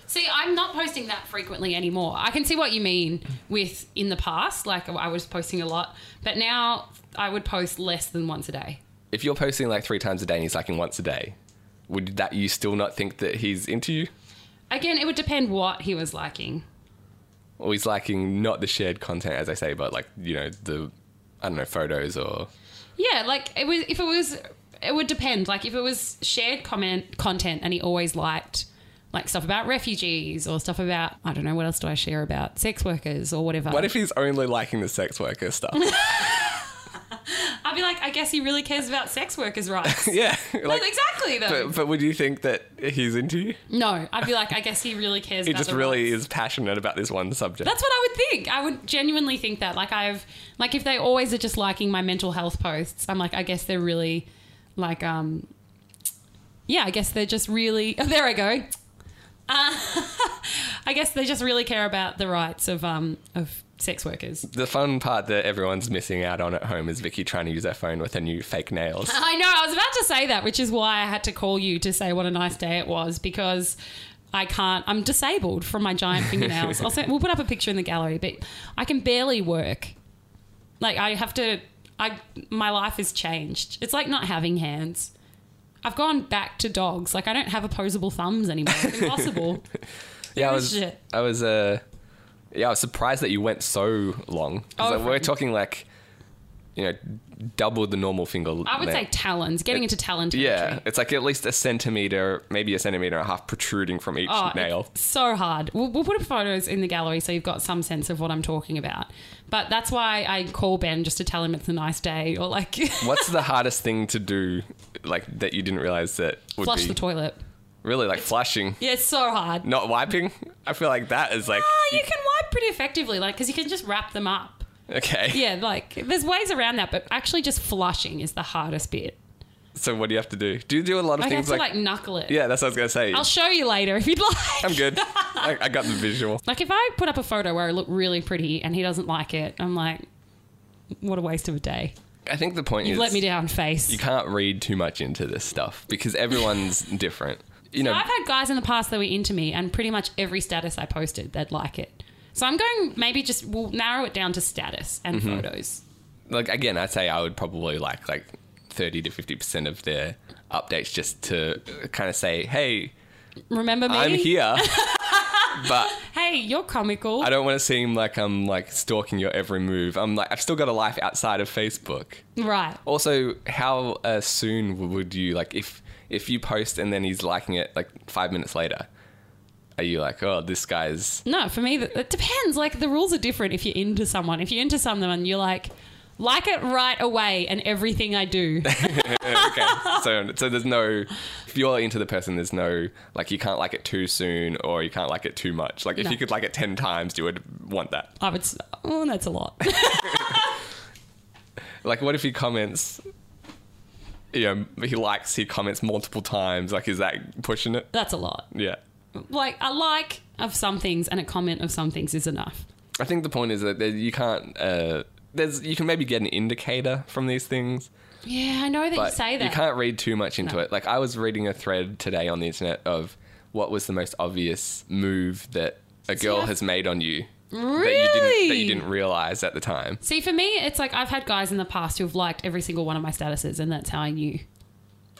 See, I'm not posting that frequently anymore. I can see what you mean with in the past, like I was posting a lot, but now I would post less than once a day.
If you're posting like three times a day and he's liking once a day, would that you still not think that he's into you?
Again, it would depend what he was liking.
Or he's liking not the shared content, as I say, but like you know the I don't know photos or
Yeah, like it was if it was it would depend. Like if it was shared comment content and he always liked like stuff about refugees or stuff about I don't know what else do I share about sex workers or whatever.
What if he's only liking the sex
*laughs*
worker stuff? *laughs*
I'd be like, I guess he really cares about sex workers' rights.
yeah. *laughs* Like,
exactly though.
but, but would you think that he's into you?
no, I'd be like, I guess he really cares.
He
about
just
the
really is passionate about this one subject.
That's what I would think. I would genuinely think that. Like I've like if they always are just liking my mental health posts, I'm like, I guess they're really like um yeah, I guess they're just really *laughs* oh, there I go. Uh, *laughs* I guess they just really care about the rights of um of sex workers.
the fun part that everyone's missing out on at home is Vicky trying to use her phone with her new fake nails.
*laughs* I know, I was about to say that, which is why I had to call you to say what a nice day it was because I can't, I'm disabled from my giant fingernails. also, we'll put up a picture in the gallery, but I can barely work. Like, I have to, I, my life has changed. It's like not having hands. I've gone back to dogs. Like, I don't have opposable thumbs anymore. It's impossible.
yeah, I was.
shit.
I was. Uh, yeah, I was surprised that you went so long. 'Cause,
Oh,
like, we're
right.
talking like, you know, double the normal finger.
I would say talons, getting into talon territory.
yeah, it's like at least a centimeter, maybe a centimeter and a half protruding from each
Oh,
nail.
it's so hard. We'll, we'll put up photos in the gallery so you've got some sense of what I'm talking about. But that's why I call Ben just to tell him it's a nice day or
*laughs*
like
What's the hardest thing to do, like that you didn't realize that would
flush
be
the toilet.
really like flushing,
Yeah, it's so hard.
not wiping? I feel like that is like
Ah, you can wipe pretty effectively, like because you can just wrap them up.
okay.
Yeah, like there's ways around that, but actually just flushing is the hardest bit.
So what do you have to do? Do you do a lot of
Like, I have
things
to
like,
like, knuckle it.
yeah? That's what I was gonna say.
I'll show you later if you'd like. *laughs*
I'm good. I, I got the visual.
Like if I put up a photo where I look really pretty and he doesn't like it, I'm like, what a waste of a day.
I think the point
You
is
let me down, face.
you can't read too much into this stuff because everyone's
*laughs*
different. You know,
I've had guys in the past that were into me, and pretty much every status I posted, they'd like it. So I'm going maybe just we'll narrow it down to status and
Mm-hmm.
photos.
like again, I'd say I would probably like like thirty to fifty percent of their updates just to kind of say, hey,
Remember me? *laughs*
I'm here. But
Hey, hey, you're comical.
I don't want to seem like I'm like stalking your every move. I'm like, I've still got a life outside of Facebook.
Right.
Also, how uh, soon would you like if if you post and then he's liking it like five minutes later? Are you like, oh,
*laughs*
this guy's
No, for me, th- it depends. Like, the rules are different if you're into someone. If you're into someone, you're like, like it right away and everything I
*laughs*
do.
okay? so, so there's no. If you're into the person, there's no like you can't like it too soon or you can't like it too much. Like if
No.
you could like it ten times, you would want that.
I would, s- oh, that's a lot. *laughs*
Like, what if he comments? You know, he likes. He comments multiple times. Like, is that pushing it?
That's a lot.
Yeah.
Like, a like of some things and a comment of some things is enough.
I think the point is that there- you can't. Uh, there's you can maybe get an indicator from these things,
Yeah, I know that you
but
say that.
can't read too much into
No.
it. Like I was reading a thread today on the internet of what was the most obvious move that a girl
I-
has made on you that you didn't that
Really?
you didn't realize at the time.
See, for me, it's like I've had guys in the past who've liked every single one of my statuses, and that's how I knew.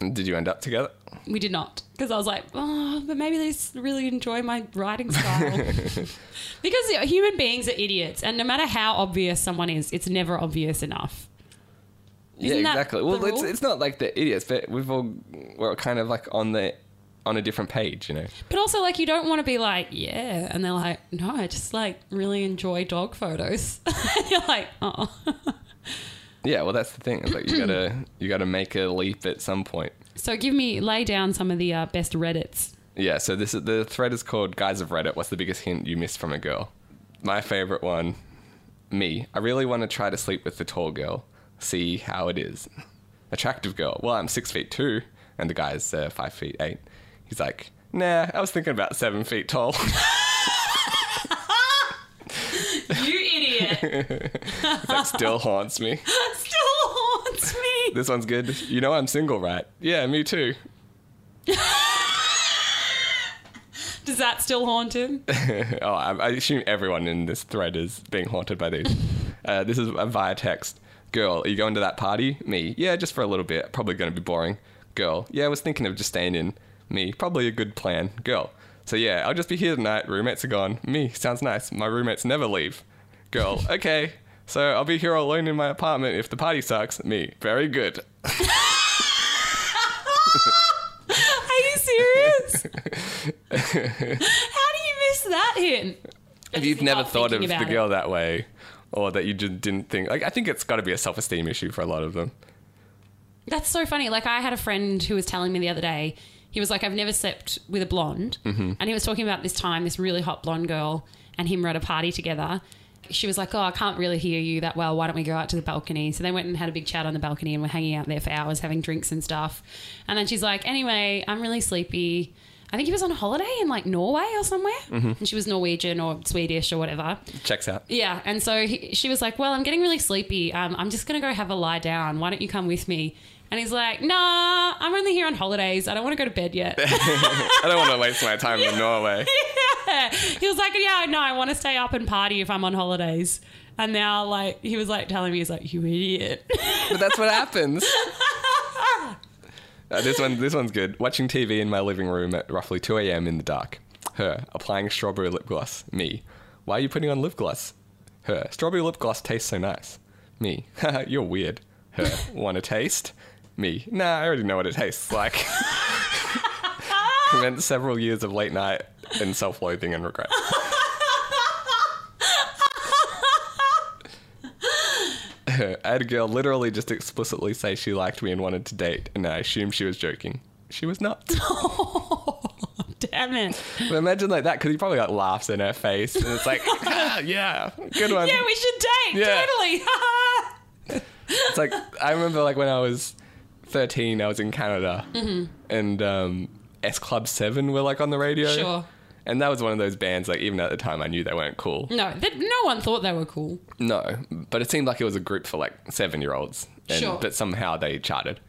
And Did you end up together?
We did not. Because I was like, oh, but maybe they s- really enjoy my writing style.
*laughs*
because you know, human beings are idiots, and no matter how obvious someone is, it's never obvious enough. Isn't
yeah,
that
exactly.
the
Well, it's
rule?
it's not like the idiots, but we've all we're kind of like on the on a different page, you know.
But also, like, you don't want to be like, yeah. And they're like, no, I just like really enjoy dog photos. *laughs* and you're like, oh.
Yeah, well, that's the thing. It's like
*clears throat*
you gotta you gotta make a leap at some point.
So give me, lay down some of the uh, best Reddits.
Yeah, so this is, the thread is called Guys of Reddit, what's the biggest hint you missed from a girl? My favorite one, me. I really want to try to sleep with the tall girl. See how it is. Attractive girl. Well, I'm six feet two, and the guy's uh, five feet eight. He's like, nah, I was thinking about seven feet tall. *laughs* It's
You *laughs* idiot.
like, still haunts me.
Still haunts me.
This one's good. You know I'm single, right? Yeah, me too.
Does that still haunt him? *laughs*
Oh, I, I assume everyone in this thread is being haunted
*laughs*
by these. uh, this is uh, via text. Girl, are you going to that party? Me. Yeah, just for a little bit. Probably going to be boring. Girl. Yeah, I was thinking of just staying in. Me. Probably a good plan. Girl. So yeah, I'll just be here tonight. Roommates are gone. Me. Sounds nice. My roommates never leave.
*laughs*
Girl. okay. So I'll be here all alone in my apartment if the party sucks. Me. Very good.
Are you
*laughs*
serious? How do you miss that hint?
If you've never
Stop
thought of
thinking
the
about it.
girl that way, or that you just didn't think, like I think it's got to be a self-esteem issue for a lot of them.
That's so funny. Like I had a friend who was telling me the other day, he was like, "I've never slept with a blonde," and he was talking about this time, this really hot blonde girl, and him were at a party together. She was like, "Oh, I can't really hear you that well. Why don't we go out to the balcony?" So they went and had a big chat on the balcony, and were hanging out there for hours, having drinks and stuff. And then she's like, "Anyway, I'm really sleepy." I think he was on holiday in like Norway or somewhere, and she was Norwegian or Swedish or whatever.
Checks out.
Yeah, and so he, she was like, "Well, I'm getting really sleepy. Um, I'm just gonna go have a lie down. Why don't you come with me?" And he's like, "Nah, I'm only here on holidays. I don't want to go to bed
*laughs*
yet." *laughs*
I don't want to waste my time in Norway.
he was like, "Yeah, no, I want to stay up and party if I'm on holidays." And now, like, he was like telling me, he's like, "You idiot." *laughs*
But that's what happens. Uh, this one, this one's good. Watching TV in my living room at roughly 2 a.m. in the dark. Her applying strawberry lip gloss. Me. Why are you putting on lip gloss? Her. Strawberry lip gloss tastes so nice. Me. *laughs* Haha, You're weird. Her. Want a taste? Me. Nah, I already know what it tastes like. *laughs* Meant several years of late night and self-loathing and regret. I *laughs* had a girl literally just explicitly say she liked me and wanted to date, and I assumed she was joking. She
*laughs*
was not.
Damn it!
But imagine like that, because he probably like laughs in her face, and it's like,
*laughs*
"Ah, yeah, good one.
Yeah, we should date.
Yeah.
Totally. *laughs*
it's like I remember like when I was thirteen, I was in Canada,
Mm-hmm.
and um, S Club Seven were like on the radio.
Sure.
And that was one of those bands. Like even at the time, I knew they weren't cool.
no, th- no one thought they were cool.
No, but it seemed like it was a group for like seven year olds. And-
Sure.
But somehow they charted.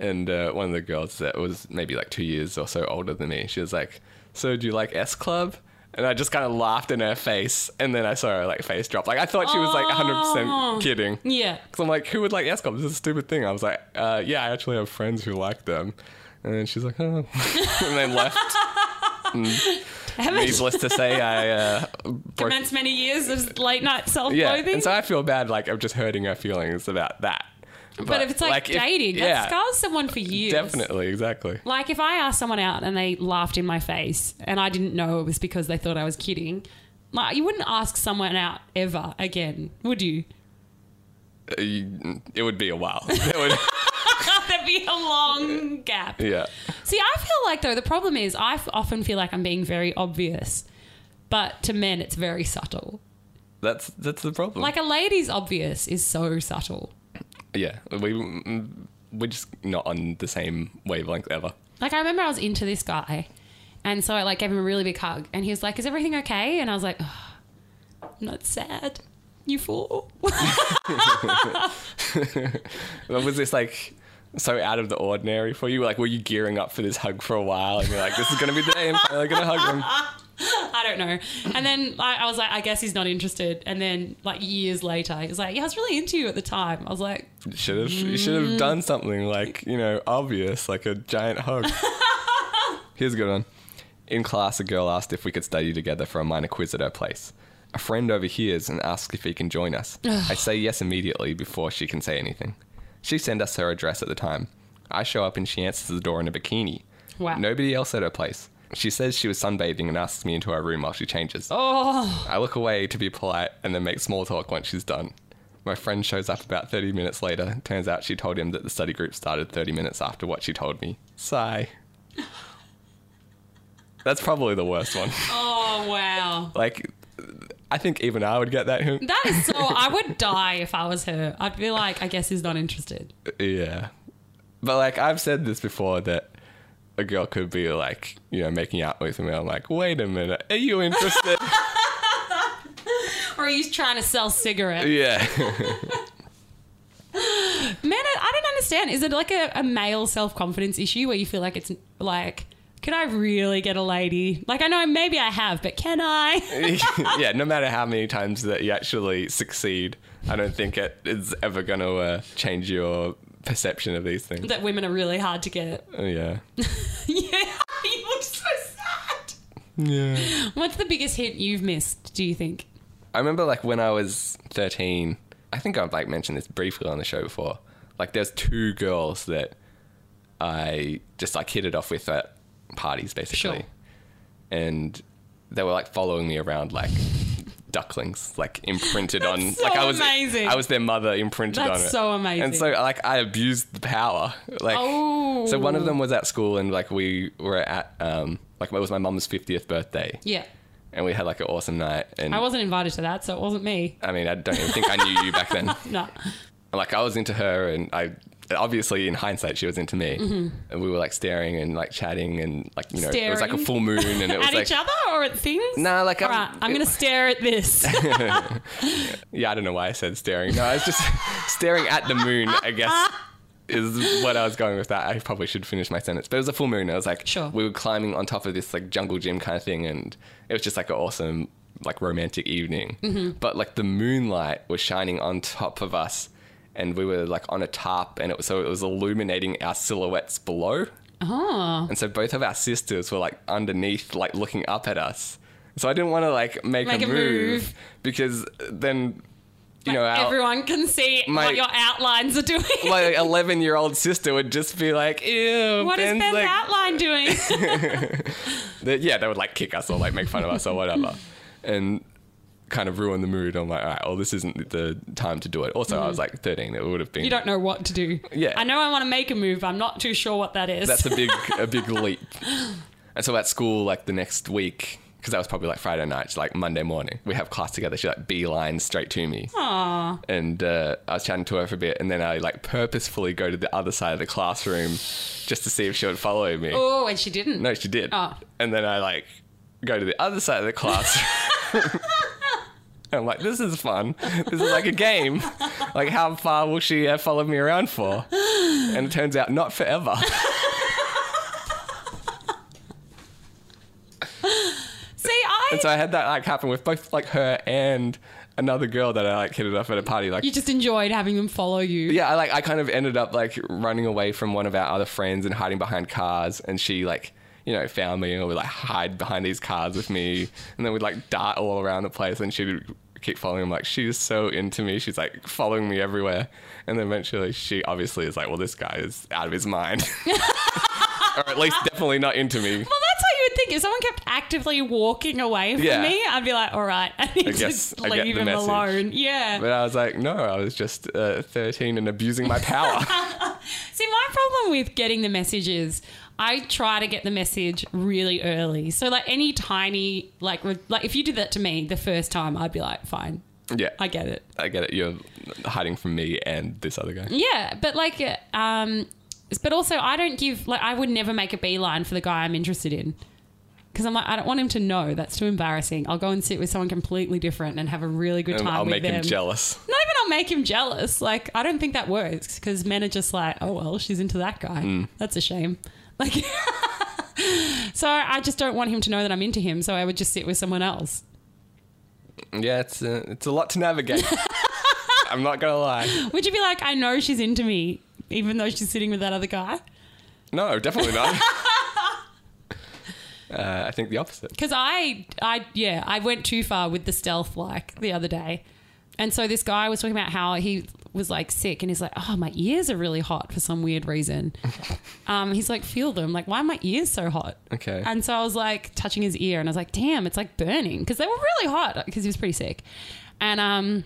And uh, one of the girls that was maybe like two years or so older than me, she was like, So do you like S Club? And I just kind of laughed in her face. And then I saw her like face drop. Like I thought she was like 100% kidding.
Yeah.
Because I'm like, Who would like S Club? This is a stupid thing. I was like, uh, Yeah, I actually have *laughs* friends who like them. And then she's like, Oh. and then left.
haven't
Needless to say, I uh, broke.
commenced many years of late night self
Yeah,
loathing.
and so I feel bad. Like I'm just hurting her feelings about that. But,
but if it's like,
if-
dating,
yeah,
that scars someone for years.
definitely, exactly.
Like if I asked someone out and they laughed in my face and I didn't know it was because they thought I was kidding, like you wouldn't ask someone out ever again, would you? *laughs*
Uh, you- It would be a while. *laughs* It would-
That'd be a long gap.
yeah,
See, I feel like though the problem is I f- often feel like I'm being very obvious, but to men it's very subtle.
that's that's the problem.
Like a lady's obvious is so subtle.
yeah, we mm, we're just not on the same wavelength ever.
Like I remember I was into this guy, and so I like gave him a really big hug, and he was like, "Is everything okay?" And I was like, "Ugh, "I'm not sad, you fool."
But was this like so out of the ordinary for you? Like, were you gearing up for this hug for a while, and you're like, "This is gonna be the day. I'm finally gonna hug him."
*laughs* I don't know. And then I, I was like, I guess he's not interested. And then like years later, he was like, Yeah, I was really into you at the time. I was like,
Should have you should
Mm.
have done something like you know obvious, like a giant hug.
*laughs*
Here's a good one. In class, a girl asked if we could study together for a minor quiz at her place. A friend overhears and asks if he can
*sighs*
join us. I say yes immediately before she can say anything. She sent us her address at the time. I show up and she answers the door in a bikini.
Wow.
Nobody else at her place. She says she was sunbathing and asks me into her room while she changes.
Oh,
I look away to be polite and then make small talk once she's done. My friend shows up about 30 minutes later. Turns out she told him that the study group started 30 minutes after what she told me. Sigh. That's probably the worst one.
oh, wow.
Like, I think even I would get that. hint.
That is so. I would die if I was her. I'd be like, I guess he's not interested.
Yeah. But, like, I've said this before that a girl could be, like, you know, making out with me. I'm like, wait a minute. Are you interested?
Or he's trying to sell cigarettes.
yeah.
Man, I, I don't understand. Is it like a, a male self confidence issue where you feel like it's like, Can I really get a lady? Like, I know maybe I have, but can I? *laughs*
*laughs* yeah, no matter how many times that you actually succeed, I don't think it is ever going to uh, change your perception of these things.
that women are really hard to get. *laughs*
Uh, Yeah.
yeah, *laughs* you look so sad.
Yeah.
What's the biggest hint you've missed, do you think?
I remember like when I was 13, I think I've like mentioned this briefly on the show before. Like there's two girls that I just like hit it off with at parties basically.
Sure.
And they were like following me around like *laughs* ducklings, like imprinted on
so
like I was
amazing.
I was their mother imprinted
That's
on it.
so amazing.
And so like I abused the power. Like
Oh.
so one of them was at school and like we were at um like it was my mum's 50th birthday
Yeah.
and we had like an awesome night and
I wasn't invited to that, so it wasn't me.
I mean, I don't even think I knew you back then. *laughs*
No.
Like, I was into her, and I obviously, in hindsight, she was into me.
Mm-hmm.
And we were like staring and like chatting, and like, you know, it was like a
Staring.
full moon, and it
*laughs*
was
At
like,
each other or at things?
Nah, like,
All
I'm-
right, I'm going to stare at
*laughs*
this.
yeah, I don't know why I said staring. No, I was just *laughs* staring at the moon, I guess. Is what I was going with that. I probably should finish my sentence, but it was a full moon. I was like,
Sure.
we were climbing on top of this like jungle gym kind of thing, and it was just like an awesome, like romantic evening. But like the moonlight was shining on top of us, and we were like on a tarp, and it was so it was illuminating our silhouettes below.
*laughs* oh.
And so both of our sisters were like underneath, like looking up at us. So I didn't want to like make,
Make
a,
a
move,
move.
because then, you know, our
Everyone can see
My-
what your outlines are doing. *laughs* What
*laughs* like eleven year old sister would just be like, "Ew,
is
Ben's
Ben's
like-"
outline
*laughs*
doing?
They- yeah, they would like kick us or like make fun of us or whatever, and kind of ruin the mood. I'm like, all right, well, this isn't the time to do it. Also, I was like 13. It would have been.
Mm-hmm. you don't know what to do.
Yeah.
I know I want to make a move. I'm not too sure what that is.
that's a big a big leap. And so at school, like the next week, because that was probably like Friday night, it's like Monday morning, we have class together. She like beelines straight to me,
Aw.
and uh, I was chatting to her for a bit, and then I like purposefully go to the other side of the classroom just to see if she would follow me.
*laughs* Oh, and she didn't.
No, she did.
Oh.
And then I like go to the other side of
*laughs*
the class. I'm like, this is fun. This is like a game. Like, how far will she uh, follow me around for? And it turns out, not forever.
See, I.
And so I had that like happen with both like her and another girl that I like hit it up at a party. Like,
you just enjoyed having them follow you.
yeah, I like I kind of ended up like running away from one of our other friends and hiding behind cars, and she like. you know, found me and would like hide behind these cars with me. And then we'd like dart all around the place and she'd keep following him. Like, she's so into me. She's like following me everywhere. And then eventually she obviously is like, well, this guy is out of his mind. or at least definitely not into me.
Well, that's how you would think. If someone kept actively walking away from
Yeah.
me, I'd be like, all right, *laughs* I need
guess
to
I get
leave
the
him
message.
alone. Yeah.
But I was like, no, I was just uh, 13 and abusing my power.
See, my problem with getting the message is I try to get the message really early. So, like, any tiny, like, re- like if you did that to me the first time, I'd be like, fine,
yeah.
I get it.
I get it. You're hiding from me and this other guy.
Yeah, but like, uh, um, but also I don't give like I would never make a beeline for the guy I'm interested in because I'm like I don't want him to know. That's too embarrassing. I'll go and sit with someone completely different and have a really good
And
time
I'll
with
make
them.
him jealous.
Not even I'll make him jealous. Like I don't think that works because men are just like, oh well, she's into that guy. That's a shame. Like. *laughs* So I just don't want him to know that I'm into him, so I would just sit with someone else.
Yeah, it's a, it's a lot
*laughs*
to navigate. I'm not gonna lie.
Would you be like, I know she's into me, even though she's sitting with that other guy?
No, definitely not.
*laughs*
uh, I think the opposite.
because I, I, yeah, I went too far with the stealth like the other day, and so this guy was talking about how he was like sick, and he's like, "Oh, my ears are really hot for some weird reason." um, he's like, "Feel them, like why are my ears so hot?"
Okay.
And so I was like touching his ear, and I was like, "Damn, it's like burning," because they were really hot because he was pretty sick, and um,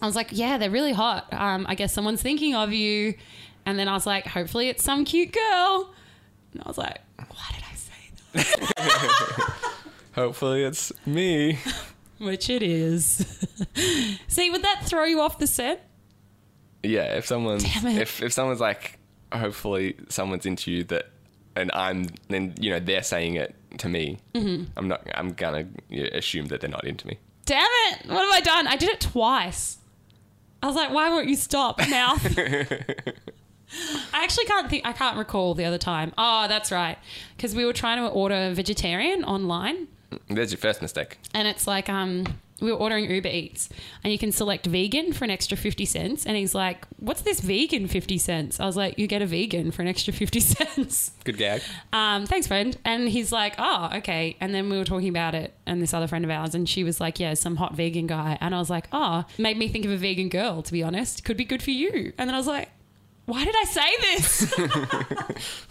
I was like, "Yeah, they're really hot. Um, I guess someone's thinking of you," and then I was like, "Hopefully, it's some cute girl," and I was like, "Why did I say *laughs* that?"
Hopefully, it's me.
Which it is. *laughs* See, would that throw you off the set?
Yeah, if someone's
Damn it.
if if someone's like, hopefully someone's into you that, and I'm then you know they're saying it to me.
Mm-hmm.
I'm not. I'm gonna you know, assume that they're not into me.
Damn it! What have I done? I did it twice. I was like, why won't you stop, mouth? I actually can't think. I can't recall the other time. Oh, that's right, because we were trying to order vegetarian online,
There's your first mistake.
and it's like um. We were ordering Uber Eats, and you can select vegan for an extra 50 cents. And he's like, What's this vegan 50 cents? I was like, You get a vegan for an extra 50 cents.
Good gag.
um, thanks, friend. And he's like, oh, okay. And then we were talking about it, and this other friend of ours, and she was like, yeah, some hot vegan guy. And I was like, oh, made me think of a vegan girl, to be honest. Could be good for you. And then I was like, why did I say this? *laughs*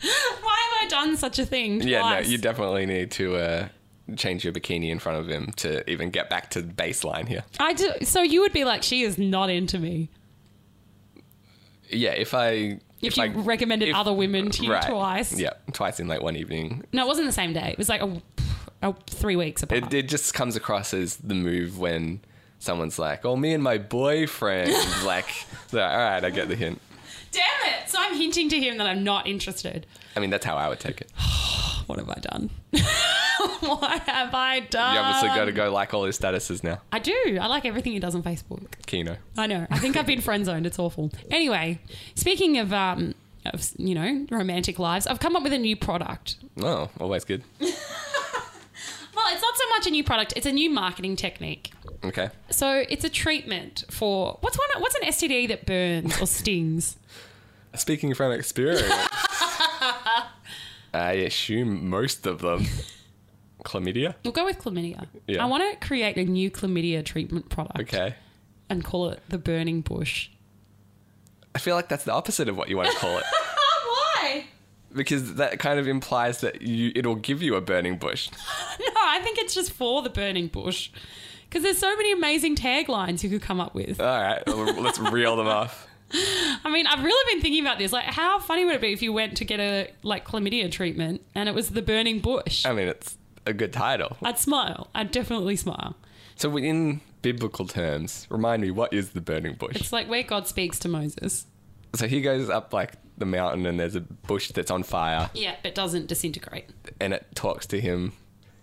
why have I done such a thing? Twice?
Yeah, no, you definitely need to uh, change your bikini in front of him to even get back to baseline here.
I do. So you would be like, she is not into me.
Yeah, if I
If, you
I-
recommended
if-
other women to you
right,
twice.
yeah, twice in like one evening,
No, it wasn't the same day. It was like a, a three weeks apart.
it, it just comes across as the move when someone's like, "Oh, me and my boyfriend," *laughs* like, so, all right, I get the hint.
Damn it! So I'm hinting to him that I'm not interested.
I mean, that's how I would take it.
What have I done? *laughs* what have I done?
You obviously got to go like all his statuses now.
I do. I like everything he does on Facebook.
Kino.
I know. I think I've been friend zoned. It's awful. Anyway, speaking of, um, of you know romantic lives, I've come up with a new product.
Oh, always good.
Well, it's not so much a new product; it's a new marketing technique.
Okay.
So it's a treatment for what's one? What's an STD that burns or stings?
Speaking from experience, I assume most of them chlamydia.
We'll go with chlamydia.
Yeah.
I want to create a new chlamydia treatment product
Okay.
and call it the burning bush.
I feel like that's the opposite of what you want to
*laughs*
call it.
Why?
because that kind of implies that you it'll give you a burning bush.
*laughs* No, I think it's just for the burning bush. Because there's so many amazing taglines you could come up with.
All right, let's reel them off.
I mean, I've really been thinking about this. Like, how funny would it be if you went to get a like chlamydia treatment and it was the burning bush?
I mean, it's a good title.
I'd smile. I'd definitely smile.
So, in biblical terms, remind me what is the burning bush?
It's like where God speaks to Moses.
So he goes up like the mountain, and there's a bush that's on fire,
Yeah, but doesn't disintegrate.
and it talks to him,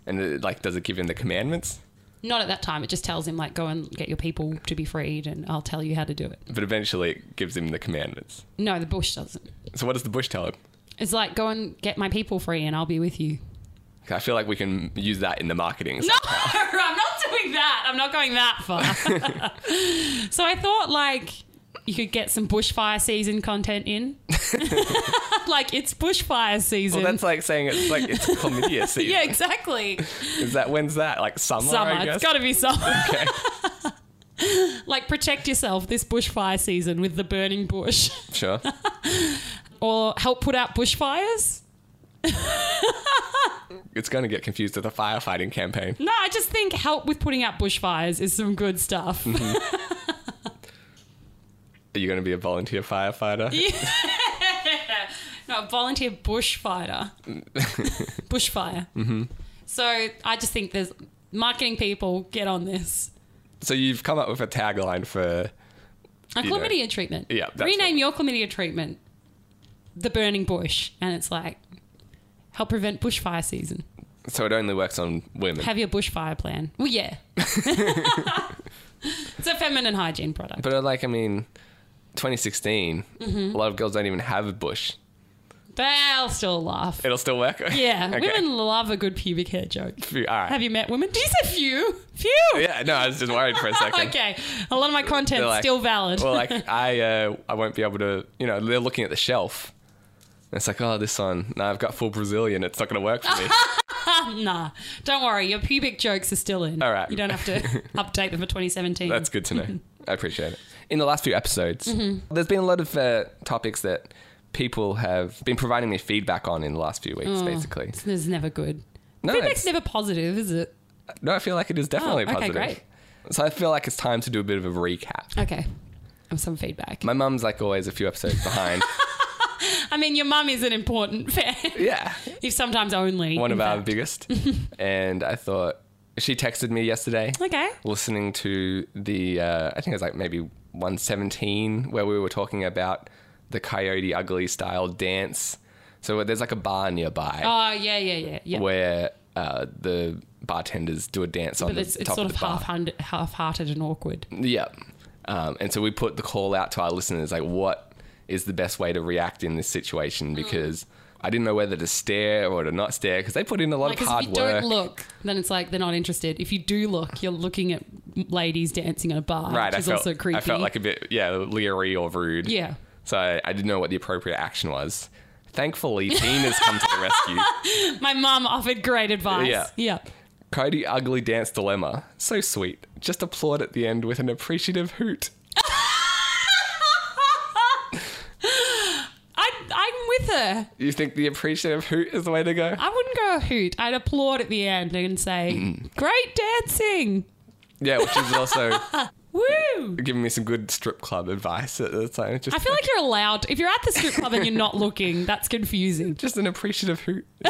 and it, like does it give him the commandments?
Not at that time. It just tells him like, go and get your people to be freed, and I'll tell you how to do it.
But eventually, it gives him the commandments.
No, the bush doesn't.
So what does the bush tell him?
It's like, go and get my people free, and I'll be with you.
'Cause I feel like we can use that in the marketing.
No, *laughs* I'm not doing that. I'm not going that far. so I thought, like, you could get some bushfire season content in. *laughs* like it's bushfire season.
Well, that's like saying it's like
*laughs*
it's chlamydia season.
yeah, exactly.
Is that when's that? Like summer? I
summer.
guess?
It's got to be summer.
*laughs*
*laughs*
Okay.
like protect yourself this bushfire season with the burning bush,
Sure.
or help put out bushfires.
It's going to get confused with a firefighting campaign.
No, I just think help with putting out bushfires is some good stuff.
Are you going to be a volunteer firefighter?
No, volunteer
*laughs*
bushfighter. Bushfire. Mm-hmm. So I just think there's marketing people get on this.
So you've come up with a tagline for
A
You know.
chlamydia treatment.
Yeah, that's
Rename your chlamydia treatment the burning bush. And it's like, help prevent bushfire season.
so it only works on women.
Have your bushfire plan. Well,
*laughs*
yeah. it's a feminine hygiene product.
but uh, like I mean, 2016,
Mm-hmm.
a lot of girls don't even have a bush.
They'll still laugh.
It'll still work.
Yeah,
*laughs* Okay.
women love a good pubic hair joke.
Phew, All right.
Have you met women? Did you say few? Few!
yeah. No, I was just worried
*laughs*
for a second.
okay. A lot of my content's
They're like-
still valid.
well,
*laughs*
like I, uh, I won't be able to. You know, they're looking at the shelf. And it's like, oh, this one. No, I've got full Brazilian. It's not going to work for me.
nah, don't worry. Your pubic jokes are still in.
All right.
You don't have
*laughs*
to update them for 2017.
That's good to know.
*laughs*
I appreciate it. In the last few episodes,
Mm-hmm.
there's been a lot of uh, topics that people have been providing me feedback on in the last few weeks, basically.
Oh, It's never good.
No,
Mm. Feedback's
it's-
never positive, is it?
No, I feel like it is definitely
okay,
positive.
great.
So I feel like it's time to do a bit of a recap.
Okay. Of some feedback.
My mum's like always a few
*laughs*
episodes behind.
I mean, your mum is an important *laughs* fan.
yeah.
if sometimes only.
One
in
of our
fact. *laughs*
biggest. and I thought she texted me yesterday.
Okay.
listening to the uh, I think it was like maybe 117 where we were talking about the Coyote Ugly style dance. So there's like a bar nearby
Oh, yeah, yeah, yeah. yeah.
where uh, the bartenders do a dance on
but
the
it's, it's
top
sort
of
of
the bar.
half half hearted and awkward.
Yeah. Um, and so we put the call out to our listeners like, what is the best way to react in this
Oh.
situation? Because I didn't know whether to stare or to not stare because they put in a lot
Like,
of
'cause
hard
if you
work.
don't look, then it's like they're not interested. If you do look, you're looking at ladies dancing in a bar,
right.
which
I
is
felt,
also creepy.
I felt like a bit, yeah, leery or rude.
yeah.
So I, I didn't know what the appropriate action was. Thankfully, Tina's come to
*laughs*
the rescue.
My mum offered great advice.
Yeah.
Yeah.
Cody Ugly Dance Dilemma. So sweet. Just applaud at the end with an appreciative hoot.
I, I'm with her.
You think the appreciative hoot is the way to go?
I wouldn't go a hoot. I'd applaud at the end and say,
Mm.
great dancing.
Yeah, which
*laughs*
is also
Woo.
giving me some good strip club advice at the time. It's Just,
I feel like you're allowed. If you're at the strip club and you're not looking, that's confusing.
just an appreciative hoot.
*laughs*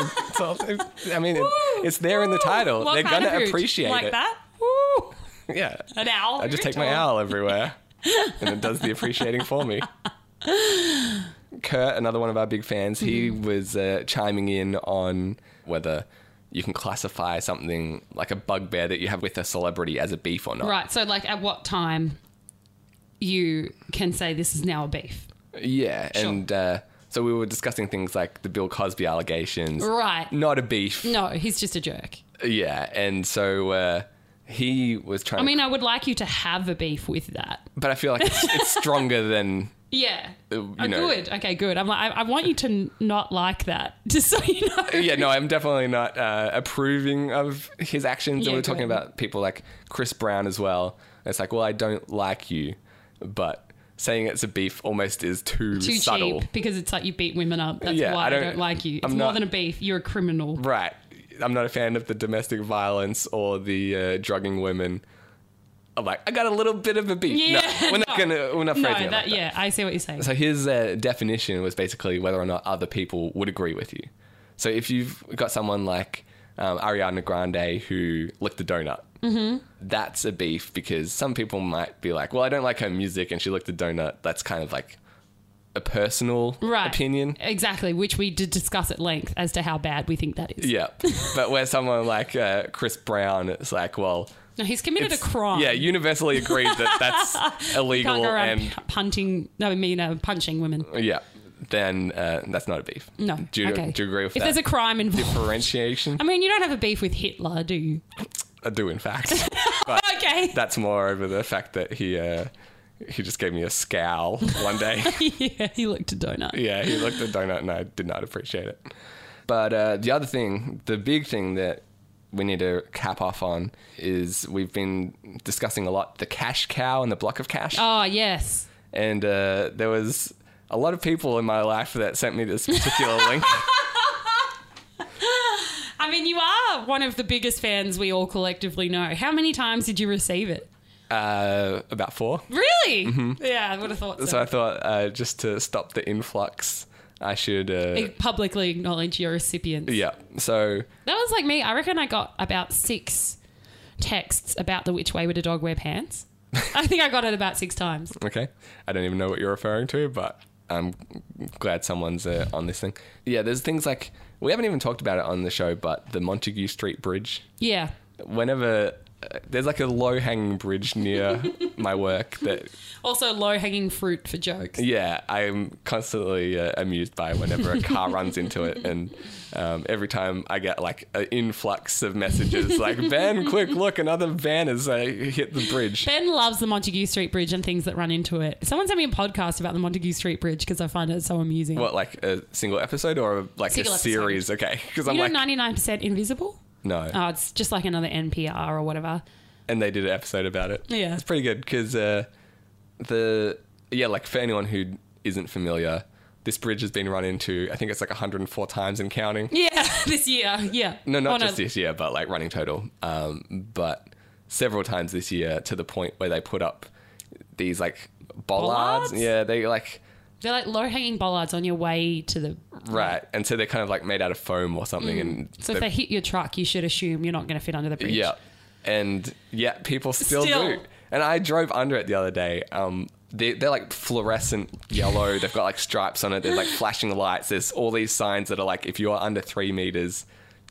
It's- it's all- it's- I mean, it,
Woo,
it's there in the
woo.
title.
What
They're
kind
going
of
to
hoot?
appreciate
like
it.
that. Woo.
Yeah.
An owl.
I just take my
*laughs*
owl everywhere, and it does the appreciating for me. Kurt, another one of our big fans, he
Mm-hmm.
was uh, chiming in on whether you can classify something like a bugbear that you have with a celebrity as a beef or not.
Right. So, like, at what time you can say this is now a beef?
Yeah, and uh, so we were discussing things like the Bill Cosby allegations.
Right. Mm.
Not a beef.
No, he's just a jerk.
Yeah, and so uh, he was trying.
I mean, I would like you to have a beef with that.
but I feel like
*laughs*
it's, it's stronger than uh,
Yeah.
you
Oh,
know.
good. Okay, good. I'm like, I, I want you to n- not like that, *laughs* just so you know.
yeah, no, I'm definitely not uh, approving of his actions.
Yeah,
and we're talking
good.
about people like Chris Brown as well. And it's like, well, I don't like you, but saying it's a beef almost is
*laughs*
too,
Too
subtle.
cheap because it's like you beat women up. That's
Yeah,
why
I
I don't,
don't-
like you. It's
I'm
more
not-
than a beef. You're a criminal.
Right. I'm not a fan of the domestic violence or the uh, drugging women. I'm like, I got a little bit of a beef.
Yeah,
no, we're not
no.
gonna, we're not
No,
phrasing it
that,
like that.
yeah, I see what you're saying.
So his uh, definition was basically whether or not other people would agree with you. So if you've got someone like um, Ariana Grande who licked the donut,
Mm-hmm.
that's a beef because some people might be like, "Well, I don't like her music, and she licked the donut." That's kind of like a personal
right.
opinion.
Exactly, which we did discuss at length as to how bad we think that is.
Yeah, but where someone like uh, Chris Brown, it's like, well,
No, he's committed a
it's-
crime.
Yeah, universally agreed that
*laughs*
that's
Can't
illegal,
go around
and
p- punting, no, I mean, uh, punching women.
yeah, then uh, that's not a beef.
No.
do you,
okay.
do you agree with
if
that?
there's a crime involved.
differentiation?
I mean, you don't have a beef with Hitler, do
*laughs*
you?
I do, in fact.
Okay. *laughs*
That's more over the fact that he uh, He just gave me a scowl
*laughs*
one day.
yeah, he looked a donut.
yeah, he looked at donut and I did not appreciate it. But uh, the other thing, the big thing that we need to cap off on is we've been discussing a lot the cash cow and the block of cash.
Oh yes.
And uh, there was a lot of people in my life that sent me this particular link.
I mean, you are one of the biggest fans we all collectively know. How many times did you receive it?
Uh, about four.
Really? Yeah, I would have thought so.
Mm-hmm. So I thought uh, just to stop the influx, I should. Uh,
Publicly acknowledge your recipients.
yeah. So
That was like me. I reckon I got about six texts about the which way would a dog wear
*laughs*
pants. I think I got it about six times.
Okay. I don't even know what you're referring to, but I'm glad someone's uh, on this thing. Yeah, there's things like we haven't even talked about it on the show, but the Montague Street Bridge.
Yeah.
Whenever uh, there's like a low hanging bridge near my work that
Also, low hanging fruit for jokes.
yeah, I'm constantly uh, amused by whenever a car runs into it, and um, every time I get like an influx of messages like "Van, quick look, another van has uh, hit the bridge."
Ben loves the Montague Street Bridge and things that run into it. Someone sent me a podcast about the Montague Street Bridge because I find it so amusing.
What, like a single episode or like
Single
a
episode.
series? Okay, because I'm
You know,
like,
99% invisible?
no.
Oh, it's just like another NPR or whatever.
and they did an episode about it.
oh. Yeah.
it's pretty good because uh, the yeah, like for anyone who isn't familiar, this bridge has been run into. I think it's like 104 times and counting.
Yeah, *laughs* this year. Yeah.
No, not
On
just
a-
this year, but like running total. Um, but several times this year to the point where they put up these like bollards.
Bollards?
Yeah, they like
They're like low hanging bollards on your way to the.
right, and so they're kind of like made out of foam or something. And
Mm. So if they hit your truck, you should assume you're not going to fit under the bridge.
Yeah. And yet people still,
Still.
do. And I drove under it the other day. Um, they, they're like fluorescent yellow. They've got like stripes on it. They're like flashing lights. There's all these signs that are like, if you are under three meters,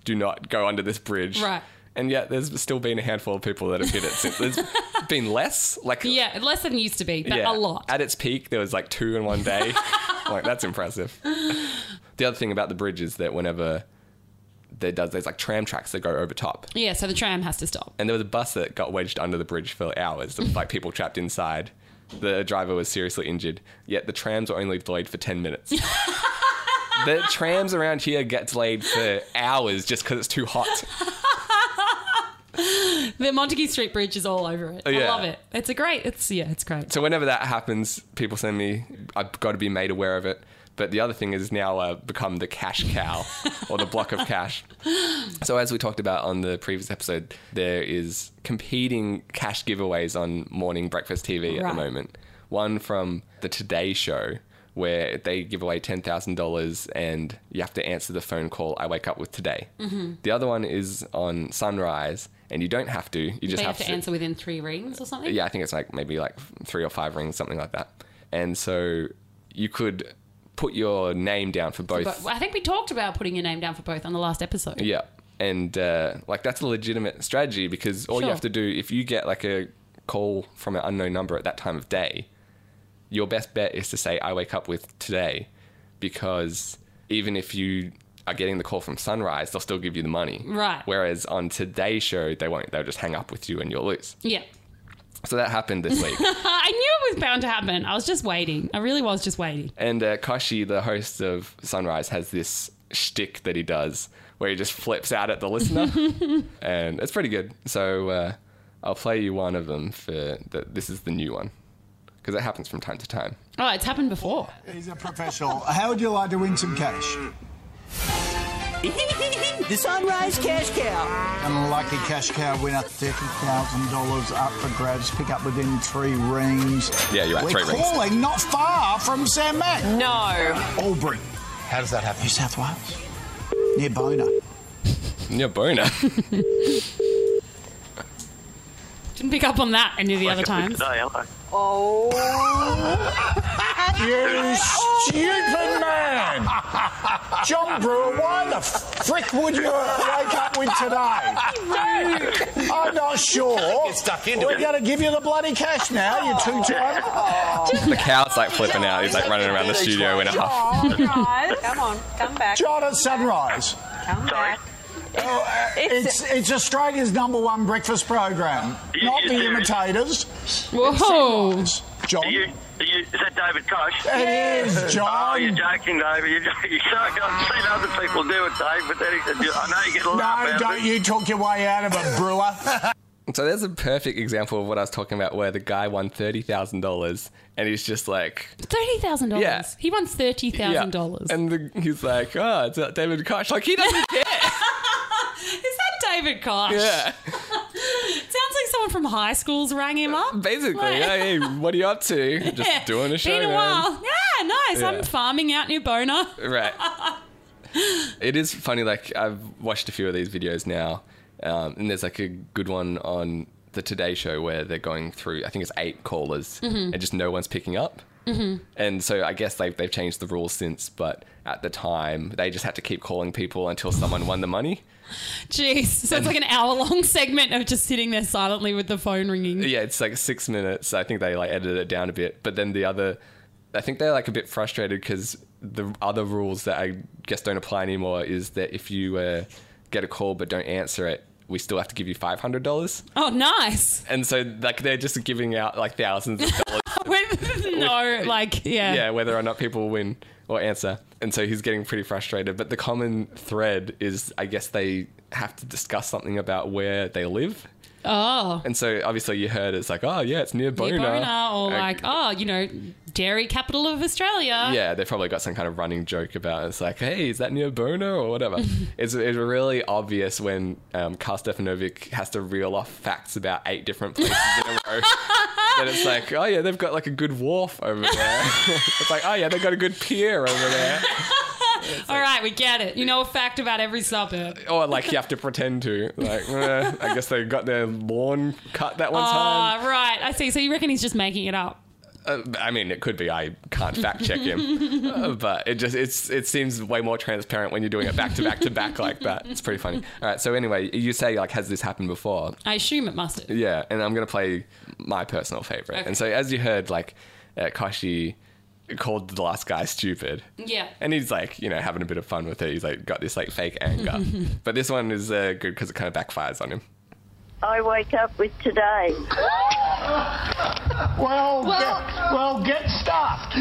do not go under this bridge.
Right.
And yet there's still been a handful of people that have hit it since.
*laughs*
There's been less. Like,
Yeah, less than it used to be, but
yeah.
a lot.
At its peak, there was like two in
*laughs*
one day. like that's impressive. The other thing about the bridge is that whenever there does, there's like tram tracks that go over top.
yeah, so the tram has to stop.
And there was a bus that got wedged under the bridge for hours, with, like people trapped inside. The driver was seriously injured. Yet the trams were only delayed for 10 minutes. the trams around here get delayed for hours just because it's too hot.
The Montague Street Bridge is all over it. I
yeah.
love it. It's a great. It's yeah, it's great.
So whenever that happens, people send me, I've got to be made aware of it. But the other thing is now uh, become the cash cow or the block of cash. So as we talked about on the previous episode, there is competing cash giveaways on morning breakfast TV at
Right.
the moment. One from the Today Show where they give away ten thousand dollars and you have to answer the phone call I wake up with today.
Mm-hmm.
The other one is on Sunrise and you don't have to. You just
They
have,
have to answer within three rings or something.
yeah, I think it's like maybe like three or five rings, something like that. And so you could put your name down for both.
But I think we talked about putting your name down for both on the last episode.
yeah. And uh, like that's a legitimate strategy because all you
Sure.
have to do, if you get like a call from an unknown number at that time of day, your best bet is to say, I wake up with today because even if you are getting the call from sunrise, they'll still give you the money.
Right.
Whereas on today's show, they won't. They'll just hang up with you and you'll lose.
Yeah. *laughs*
So that happened this week.
I knew it was bound to happen. I was just waiting. I really was just waiting.
And uh, Kashi, the host of Sunrise, has this shtick that he does where he just flips out at the listener, and it's pretty good. So uh, I'll play you one of them for the, this is the new one because it happens from time to time.
Oh, it's happened before.
He's a professional. How would you like to win some cash?
*laughs* the Sunrise Cash Cow.
Unlucky cash cow winner, $30,000 up for grabs, pick up within three rings.
Yeah, you're right,
We're
three rings.
calling not far from Sam Mack.
No.
Albury. How does that happen? New South Wales. Near Bona.
Yeah, boner.
Didn't pick up on that any of the other times.
Today, hello.
Oh,
*laughs*
You stupid man! John Brewer, why the frick would you wake up with today? I'm not sure.
Get stuck into
We're
it.
going to give you the bloody cash now, you two-time.
the cow's like flipping out. He's like running around the studio in a huff.
All right.
Come on, come back.
John at Sunrise.
Come back.
Oh, uh, it's, it's Australia's number one breakfast program,
You-
not
you
the
serious?
imitators.
Whoa.
It's John.
Are you, are you, is that David Koch?
It is,
Oh, you're
John.
joking, David. You're, joking. you're joking. I've seen other people do it, Dave, but that is, I know you get a laugh
no,
out
don't
of it.
you talk your way out of it, Brewer.
So there's a perfect example of what I was talking about where the guy won $30,000 and he's just like,
$30,000.
Yeah.
He won
yeah.
$30,000.
And the, he's like, oh, it's not David Koch. Like, he doesn't care.
Is that David Koch?
yeah.
Sounds like someone from high school's rang him up.
Basically,
Like-
hey, what are you up to? Just
*laughs* Yeah.
doing a show.
Been a
man.
while. Yeah, nice.
Yeah.
I'm farming out new boner.
right. it is funny. Like I've watched a few of these videos now, um, and there's like a good one on the Today Show where they're going through. I think it's eight callers, and just no one's picking up. Mm-hmm. And so I guess they've they've changed the rules since, but at the time they just had to keep calling people until someone won the money.
Jeez. So it's like an hour long *laughs* segment of just sitting there silently with the phone ringing.
yeah, it's like six minutes. I think they like edited it down a bit, but then the other, I think they're like a bit frustrated because the other rules that I guess don't apply anymore is that if you uh, get a call but don't answer it, we still have to give you five hundred dollars,
Oh, nice. *laughs*
and so like they're just giving out like thousands of dollars.
no, like, yeah.
*laughs* yeah, whether or not people win or answer, and so he's getting pretty frustrated. But the common thread is, I guess they have to discuss something about where they live.
Oh.
And so obviously you heard it's like, oh yeah, it's near Bona.
New boner, or
Uh,
like, oh, you know, dairy capital of Australia.
*laughs* yeah, they've probably got some kind of running joke about it. It's like, hey, is that near Bono or whatever? it's, it's really obvious when um, Karl Stefanovic has to reel off facts about eight different places in a row. That it's like, oh yeah, they've got like a good wharf over there. *laughs* it's like, oh yeah, they've got a good pier over there.
All right, we get it. You know a fact about every suburb.
Or like you have to pretend to. Like, eh, I guess they got their lawn cut that one
Oh,
time.
right. I see. So you reckon he's just making it up?
Uh, I mean, it could be. I can't fact check him, Uh, but it just it's it seems way more transparent when you're doing it back to back to back like that. It's pretty funny. All right. So anyway, you say like, has this happened before?
I assume it must have.
Yeah. And I'm gonna play my personal favorite.
Okay.
And so as you heard, like uh, Kashi called the last guy stupid.
Yeah.
And he's like, you know, having a bit of fun with it. He's like got this like fake anger, but this one is uh, good because it kind of backfires on him.
I wake up with today.
Well, get, well, get stuffed.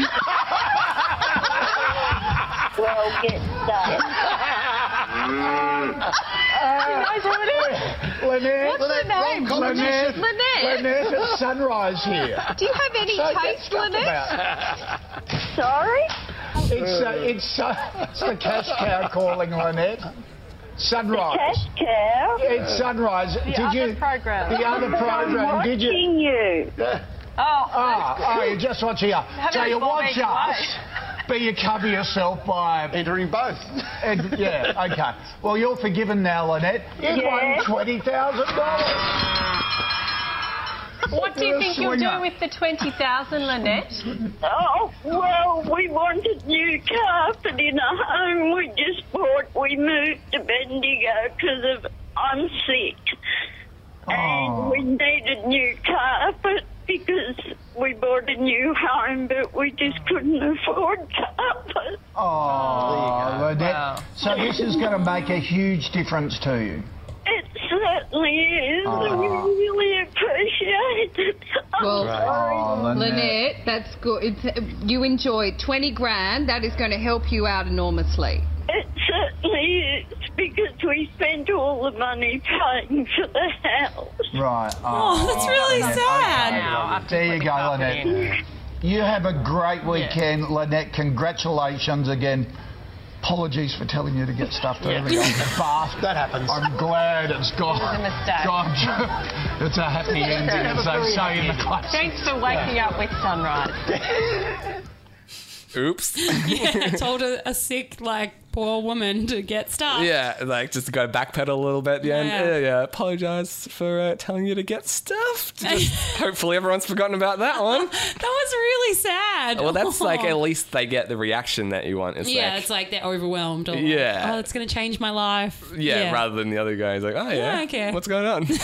Well, get stuck.
Lynette,
What's her name?
Lynette,
Lynette?
Lynette, it's sunrise here.
Do you have any
Don't get
taste,
stuffed
Lynette?
about.
Sorry?
It's, uh, it's, uh, it's the cash cow calling, Lynette. Sunrise.
Cash cow?
It's sunrise. Did
other
you
program. Oh.
The other program.
I'm
Did you?
watching you.
Ah, ah, you just watch here. So
many
you
bob
watch
each
us, but you cover yourself by
Entering both.
And, yeah, okay. Well, you're forgiven now, Lynette. You
Yeah.
won twenty thousand dollars.
What do you think you'll do with the 20,000, Lynette?
Oh, well, we wanted new carpet in a home we just bought. We moved to Bendigo because of I'm sick. And we needed new carpet because we bought a new home, but we just couldn't afford carpet.
Oh, Lynette. So this is going to make a huge difference to you.
It certainly is.
Oh.
and We really appreciate it.
Well,
Oh,
Lynette, that's good. It's, you enjoy 20 grand. That is going to help you out enormously.
It certainly is because we spent all the money paying for the house.
Right.
Oh, that's really
Lynette,
sad.
okay. There you go, Lynette. You have a great weekend, Lynette. Congratulations again. Apologies for telling you to get stuffed early *laughs* on the bath. That happens. I'm glad it's gone. *laughs* It was a mistake. It's a happy ending, as they say in the classics.
Oops. *laughs*
Yeah, told a, a sick, like, poor woman to get stuck.
Yeah, like just got to backpedal a little bit at the end.
Yeah.
Yeah, yeah. Apologize for uh, telling you to
*laughs*
get stuffed. Just- hopefully, everyone's forgotten about that one.
*laughs* That was really sad.
Well, that's like
*laughs* Oh.
at least they get the reaction that you want. It's
Yeah,
like,
it's like they're overwhelmed. Or like,
Yeah.
oh, it's going to change my life.
yeah, rather than the other guy's like, oh yeah,
Yeah, okay.
what's
*laughs*
going on?
Gosh,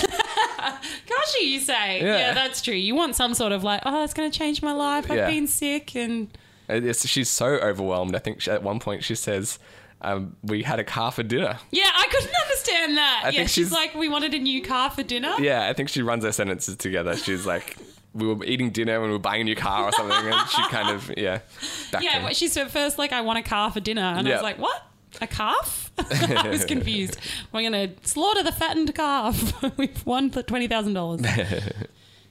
you say.
Yeah.
Yeah. that's true. You want some sort of like, oh, it's going to change my life. I've
Yeah.
been sick. And
it's, she's so overwhelmed. I think she, at one point she says, um, "We had a car for dinner."
yeah, I couldn't *laughs* understand that.
I
yeah,
think
she's,
she's-
like, we wanted a new car for dinner.
Yeah, I think she runs her sentences together. She's like, we were eating dinner and we were buying a new car or something, and she kind of yeah. Back
*laughs* Yeah,
to-
but she said first, like, I want a calf for dinner. And I
Yeah.
was like, what? A calf? *laughs* I was confused. We're going to slaughter the fattened calf. *laughs* We've won the $20,000.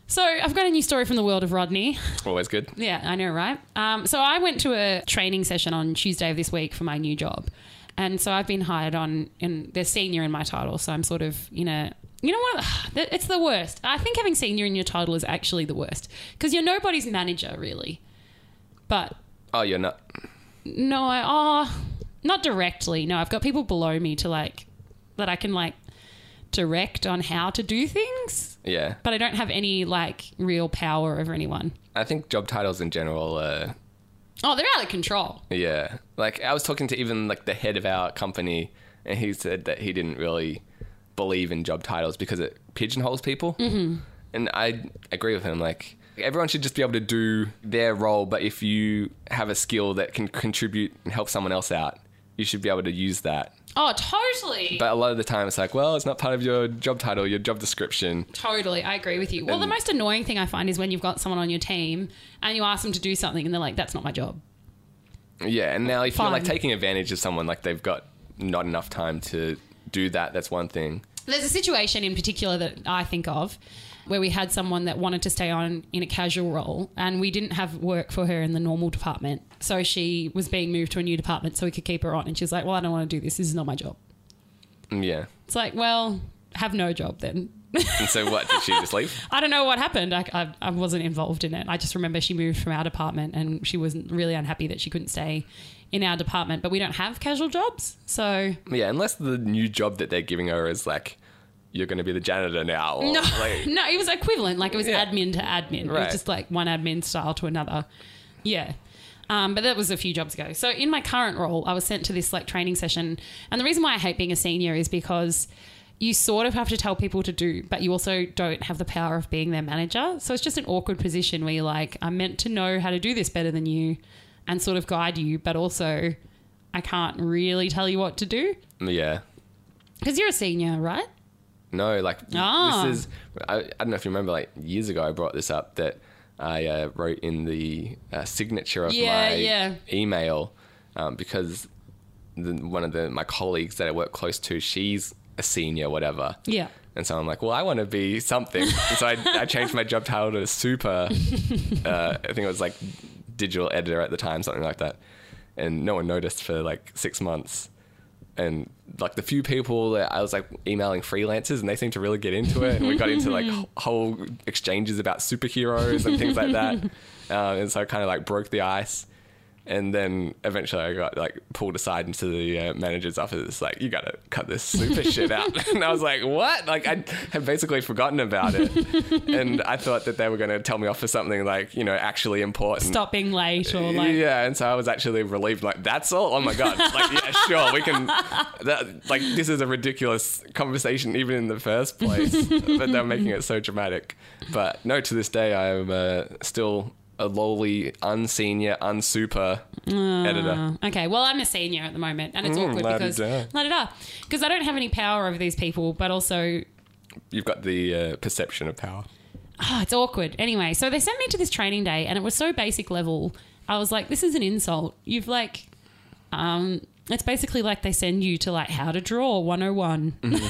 so I've got a new story from the world of Rodney.
always good.
Yeah, I know, right? Um, so I went to a training session on Tuesday of this week for my new job. And so I've been hired on, and they're senior in my title. So I'm sort of in a, you know what? *sighs* It's the worst. I think having senior in your title is actually the worst because you're nobody's manager, really. But
Oh, you're not.
no, I oh, not directly. No, I've got people below me to like that I can like direct on how to do things,
Yeah,
but I don't have any like real power over anyone.
I think job titles in general. Uh,
Oh, they're out of control.
yeah, like I was talking to even like the head of our company, and he said that he didn't really believe in job titles because it pigeonholes people. Mm-hmm. And I agree with him. Like everyone should just be able to do their role, but if you have a skill that can contribute and help someone else out, you should be able to use that.
Oh, totally.
But a lot of the time, it's like, well, it's not part of your job title, your job description.
Totally, I agree with you. Well, the most annoying thing I find is when you've got someone on your team and you ask them to do something and they're like, "That's not my job."
Yeah, and now if you're like
Fine.
taking advantage of someone, like they've got not enough time to do that, that's one thing.
There's a situation in particular that I think of where we had someone that wanted to stay on in a casual role and we didn't have work for her in the normal department. So she was being moved to a new department so we could keep her on and she was like, "Well, I don't want to do this. This is not my job."
Mm, Yeah.
It's like, "Well, have no job then."
And so what? Did she just leave? *laughs*
I don't know what happened. I, I, I wasn't involved in it. I just remember she moved from our department and she was really unhappy that she couldn't stay in our department. But we don't have casual jobs. So,
Um, Yeah, unless the new job that they're giving her is like, you're going to be the janitor now. Or
no,
*laughs* Like,
no, it was equivalent. Like it was
Yeah.
admin to admin. It
Right.
was just like one admin style to another. Yeah. Um, but that was a few jobs ago. So in my current role, I was sent to this like training session. And the reason why I hate being a senior is because you sort of have to tell people to do, but you also don't have the power of being their manager. So it's just an awkward position where you're like, I'm meant to know how to do this better than you and sort of guide you, but also I can't really tell you what to do
yeah.
because you're a senior, right?
No, like
Ah.
this is. I, I don't know if you remember, like years ago, I brought this up that I uh, wrote in the uh, signature of
Yeah,
my
yeah.
email um, because the, one of the my colleagues that I work close to, she's a senior, whatever.
Yeah.
And so I'm like, well, I want to be something. And so I, I changed my job title to super. Uh, I think it was like digital editor at the time, something like that. And no one noticed for like six months. And like the few people that I was like emailing freelancers, and they seemed to really get into it. And we got into like wh- whole exchanges about superheroes and things like that. Um, and so I kind of like broke the ice. And then eventually I got like pulled aside into the uh, manager's office. It's like, you gotta cut this super shit out. *laughs* And I was like, what? Like, I had basically forgotten about it. and I thought that they were gonna tell me off for something like, you know, actually important.
Stop being late or like,
yeah, and so I was actually relieved. Like, that's all. Oh my
*laughs*
god! Like, yeah, sure, we can. That, like, this is a ridiculous conversation, even in the first place.
*laughs*
but they're making it so dramatic. But no, to this day, I am uh, still a lowly, unsenior, unsuper
Ah.
editor.
Okay, well, I'm a senior at the moment, and it's awkward because
la-di-da.
la-di-da. because I don't have any power over these people, but also
You've got the uh, perception
*laughs*
of power.
oh, it's awkward. Anyway, so they sent me to this training day, and it was so basic level. I was like, this is an insult. You've like, um, it's basically like they send you to like how to draw 101. *laughs*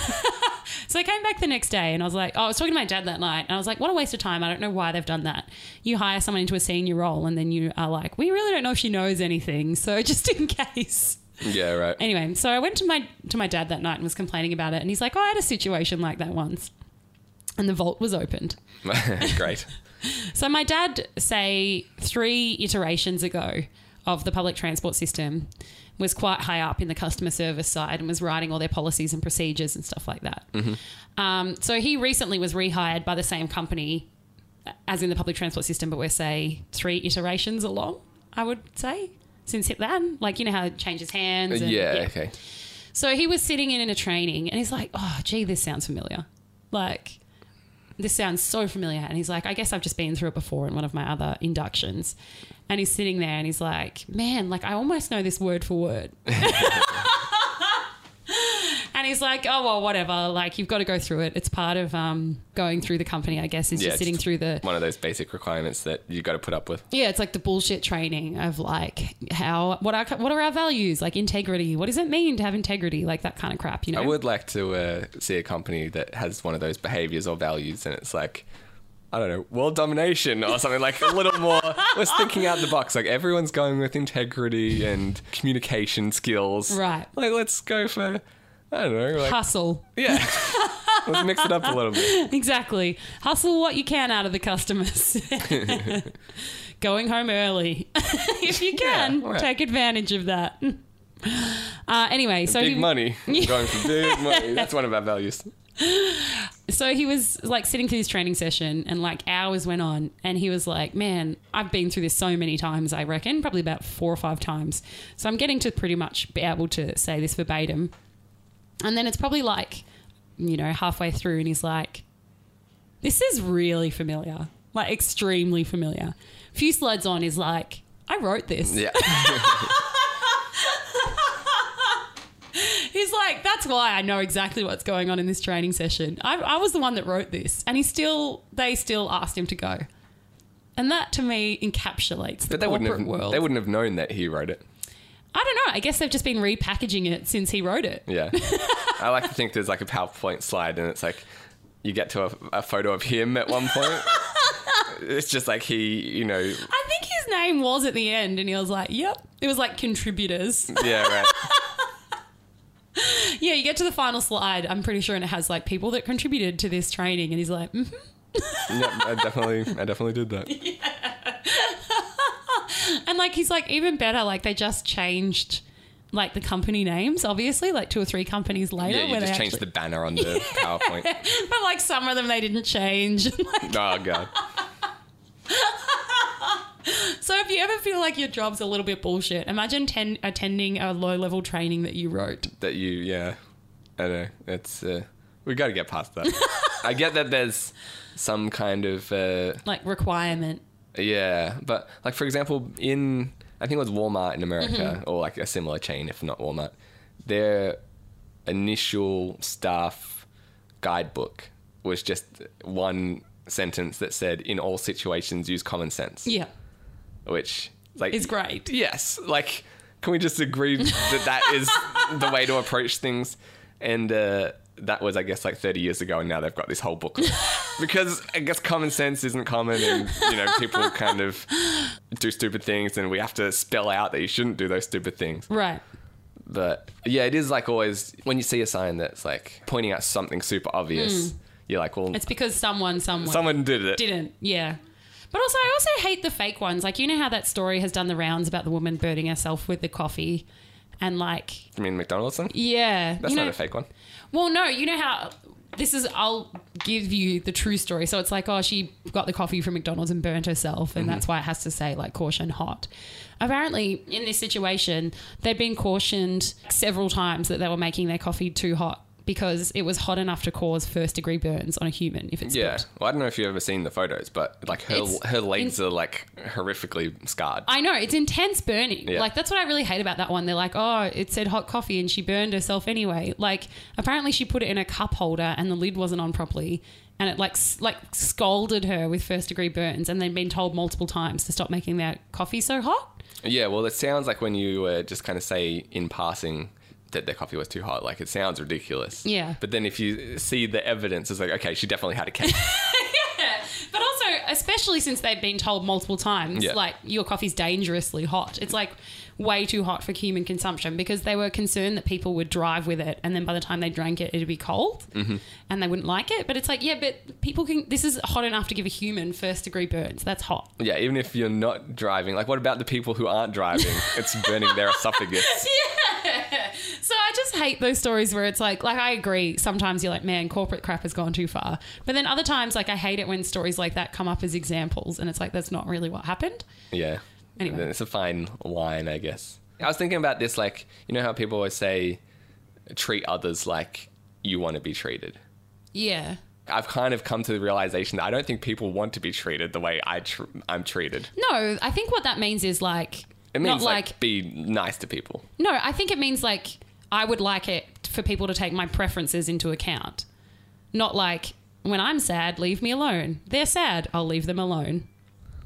so I came back the next day, and I was like, oh, I was talking to my dad that night, and I was like, what a waste of time. I don't know why they've done that. You hire someone into a senior role, and then you are like, we really don't know if she knows anything, so *laughs* just in case.
Yeah, right.
Anyway, so I went to my to my dad that night and was complaining about it, and he's like, "Oh, I had a situation like that once." And the vault was opened.
*laughs*
*laughs*
Great.
So my dad, say three iterations ago of the public transport system, was quite high up in the customer service side and was writing all their policies and procedures and stuff like that. Um, so he recently was rehired by the same company as in the public transport system, but we're say three iterations along. I would say since hit then, like you know how it changes hands. and-
Uh, yeah, okay.
so he was sitting in in a training and he's like, oh, gee, this sounds familiar. Like, this sounds so familiar. And he's like, I guess I've just been through it before in one of my other inductions. And he's sitting there and he's
*laughs*
like, man, like, I almost know this word for word. and and he's like, oh well, whatever. Like you've got to go through it. It's part of um, going through the company, I guess. Is
Yeah,
just sitting
just-
through the
One of those basic requirements that you got to put up with.
yeah. It's like the bullshit training of like how what are what are our values like integrity. What does it mean to have integrity? Like that kind of crap. You know.
I would like to uh, see a company that has one of those behaviors or values, and it's like, I don't know, world domination or something like a little
*laughs*
more. Let's thinking out the box. Like everyone's going with integrity and communication skills.
Right.
Like let's go for, I don't know, like
Hustle.
yeah. let's mix it up a
*laughs*
little bit.
Exactly. Hustle what you can out of the
*laughs*
customers. Going home early. *laughs* if you can,
Yeah, right.
take advantage of that. *laughs* Uh, anyway, so
Big
he, *laughs*
money. I'm going for big money. That's one of our values.
so he was like sitting through this training session and like hours went on and he was like, Man, I've been through this so many times, I reckon, probably about four or five times. So I'm getting to pretty much be able to say this verbatim. And then it's probably like, you know, halfway through and he's like, This is really familiar. Like extremely familiar. A few slides on is like, I wrote this.
Yeah.
*laughs* He's like, that's why I know exactly what's going on in this training session. I, I was the one that wrote this, and he still, they still asked him to go, and that to me encapsulates the
But they
corporate
wouldn't have
world.
they wouldn't have known that he wrote it.
I don't know. I guess they've just been repackaging it since he wrote it.
*laughs* Yeah. I like to think there's like a PowerPoint slide and it's like you get to a, a photo of him at one *laughs* point. it's just like he, you know,
I think his name was at the end, and he was like, "Yep." It was like
*laughs*
contributors.
yeah, right.
yeah, you get to the final slide. I'm pretty sure, and it has like people that contributed to this training, and he's like, mm
Yep, I definitely, I definitely did that.
And like he's like even better. Like they just changed like the company names, obviously, like two or three companies later.
Yeah, you
where they
just changed the banner on the PowerPoint.
actually- But *laughs* like some of them they didn't change. *laughs* Like,
Oh god.
so if you ever feel like your job's a little bit bullshit, imagine ten- attending a low level training that you wrote.
That you, yeah. I don't know. It's uh, we got to get past *laughs* that. I get that there's some kind of uh,
Like requirement.
Yeah, but like for example, in I think it was Walmart in America or like a similar chain, if not Walmart, their initial staff guidebook was just one sentence that said, "In all situations, use common sense,"
Yeah.
which like
Is great.
Yes, like can we just agree that that
*laughs*
is the way to approach things? And uh, that was, I guess, like 30 years ago, and now they've got this
*laughs*
whole booklet because I guess common sense isn't common, and you know people kind of do stupid things, and we have to spell out that you shouldn't do those stupid things.
Right.
But yeah, it is like always when you see a sign that's like pointing out something super obvious, you're like, well,
Mm. It's because someone someone
someone did it.
didn't. Yeah. But also, I also hate the fake ones. Like, you know how that story has done the rounds about the woman burning herself with the coffee? And, like,
I mean, McDonald's thing.
yeah.
That's
you
not
know-
a fake one.
Well, no, you know how this is. I'll give you the true story. So it's like, oh, she got the coffee from McDonald's and burnt herself, and
Mm-hmm.
that's why it has to say like caution hot. Apparently, in this situation, they'd been cautioned several times that they were making their coffee too hot because it was hot enough to cause first degree burns on a human if it's
Yeah. Well, I don't know if you've ever seen the photos, but like her
It's-
her legs are like horrifically scarred.
*laughs* I know it's intense burning.
Yeah.
Like that's what I really hate about that one. They're like, oh, it said hot coffee, and she burned herself anyway. Like apparently she put it in a cup holder, and the lid wasn't on properly, and it like s- like scalded her with first degree burns, and they'd been told multiple times to stop making their coffee so hot.
yeah. Well, it sounds like when you uh, just kind of say in passing that their coffee was too hot, like it sounds ridiculous.
Yeah.
But then if you see the evidence, it's like okay, she definitely had a case.
But also, especially since they've been told multiple times,
Yeah.
like your coffee's dangerously hot. It's like way too hot for human consumption because they were concerned that people would drive with it, and then by the time they drank it, it'd be cold,
Mm-hmm.
and they wouldn't like it. But it's like, yeah, but people can. This is hot enough to give a human first degree burns. That's hot.
*laughs* yeah. Even if you're not driving, like what about the people who aren't driving? it's burning
*laughs*
their esophagus.
*laughs* So I just hate those stories where it's like, like I agree. Sometimes you're like, man, corporate crap has gone too far. But then other times, like I hate it when stories like that come up as examples, and it's like that's not really what happened.
Yeah.
Anyway.
It's a fine line, I guess. I was thinking about this, like, you know how people always say, treat others like you want to be treated.
Yeah.
I've kind of come to the realization that I don't think people want to be treated the way I tr- I'm treated.
No, I think what that means is like
It
not
means
like,
like, be nice to people.
no. I think it means like I would like it for people to take my preferences into account. Not like when I'm sad, leave me alone. They're sad, I'll leave them alone.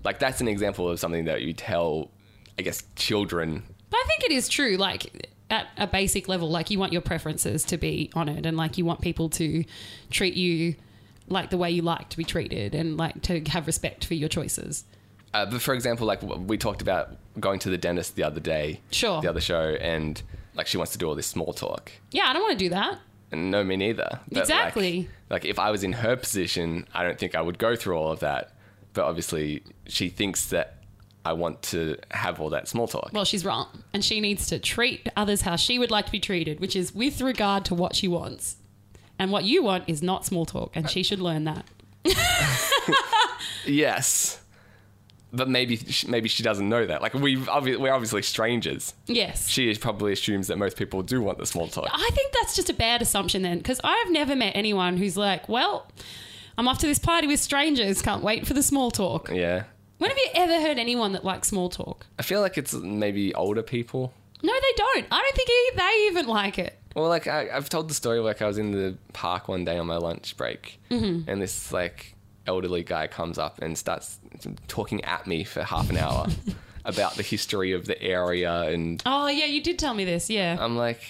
Like that's an example of something that you tell, I guess, children.
But I think it is true, like at a basic level, like you want your preferences to be honored and like you want people to treat you like the way you like to be treated and like to have respect for your choices.
Uh, but for example, like w- we talked about going to the dentist the other day,
Sure.
the other show, and like she wants to do all this small talk.
Yeah, I don't want to do that.
And no, me neither. But, like-
Exactly.
Like, if I was in her position, I don't think I would go through all of that. But obviously, she thinks that I want to have all that small talk.
Well, she's wrong. And she needs to treat others how she would like to be treated, which is with regard to what she wants. And what you want is not small talk. And she should learn that.
yes, but maybe sh- maybe she doesn't know that. Like we obvi- we're obviously strangers.
Yes.
She probably assumes that most people do want the
*laughs*
small talk.
I think that's just a bad assumption then, because I've never met anyone who's like, well, I'm off to this party with strangers. Can't wait for the small talk.
Yeah,
When have you ever heard anyone that likes small talk?
I feel like it's maybe older people.
No, they don't. I don't think e- they even like it.
Well, like I, I've told the story, like I was in the park one day on my lunch break,
Mm-hmm.
and this like elderly guy comes up and starts talking at me for half an hour
*laughs*
about the history of the area, and
Oh, yeah, you did tell me this. Yeah.
I'm like,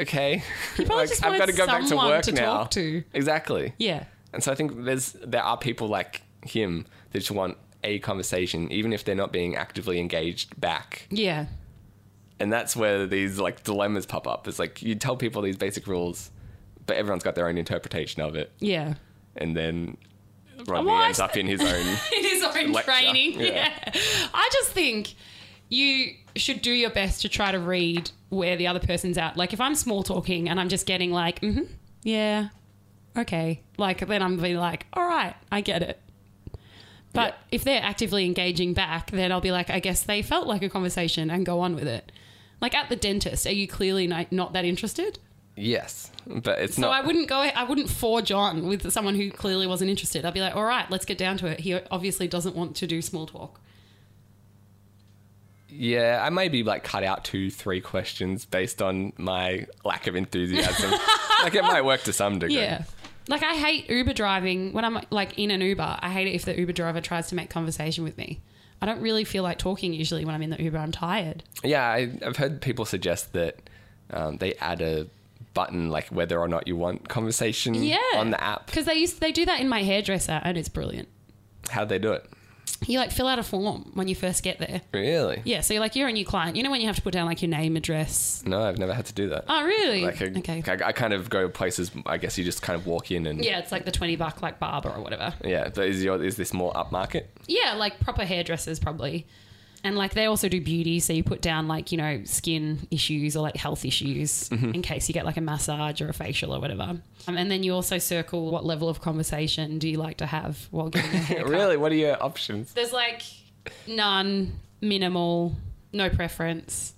okay,
probably
*laughs* like,
just
I've got to
wanted
go back to
someone
work
to
now.
talk to.
Exactly.
yeah.
And so I think there's there are people like him that just want a conversation, even if they're not being actively engaged back.
Yeah.
and that's where these like dilemmas pop up. It's like you tell people these basic rules, but everyone's got their own interpretation of it,
*laughs* Yeah.
and then Rodney
Well, I
ends up in
*laughs*
his own.
in his own
Lecture,
training.
yeah.
Yeah. I just think you should do your best to try to read where the other person's at. Like if I'm small talking and I'm just getting like, mm-hmm, yeah, okay, like then I'm be like, all right, I get it. But
Yeah.
if they're actively engaging back, then I'll be like, I guess they felt like a conversation and go on with it. Like at the dentist, are you clearly ni- not that interested?
yes, but it's
So
not.
I wouldn't go. I wouldn't forge on with someone who clearly wasn't interested. I'd be like, all right, let's get down to it. He obviously doesn't want to do small talk.
yeah, I maybe like cut out two, three questions based on my lack
*laughs*
of enthusiasm. like it might work to some degree.
Yeah. Like I hate Uber driving when I'm like in an Uber. I hate it if the Uber driver tries to make conversation with me. I don't really feel like talking usually when I'm in the Uber. I'm tired.
Yeah, I, I've heard people suggest that um, they add a button like whether or not you want conversation
Yeah.
on the app.
because they used they do that in my hairdresser and it's brilliant.
How they do it?
You like fill out a form when you first get there.
Really?
Yeah, so you're like you're a new client. You know when you have to put down like your name, address.
No, I've never had to do that.
Oh, really?
Like a,
okay.
I, I kind of go places. I guess you just kind of walk in and
Yeah, it's like the twenty buck like barber or whatever.
yeah. But is your is this more upmarket?
Yeah, like proper hairdressers probably. And like they also do beauty, so you put down like, you know, skin issues or like health issues in case you get like a massage or a facial or whatever. Um, and then you also circle what level of conversation do you like to have while getting a haircut.
*laughs* Really? What are your
*laughs*
options?
There's like none, minimal, no preference,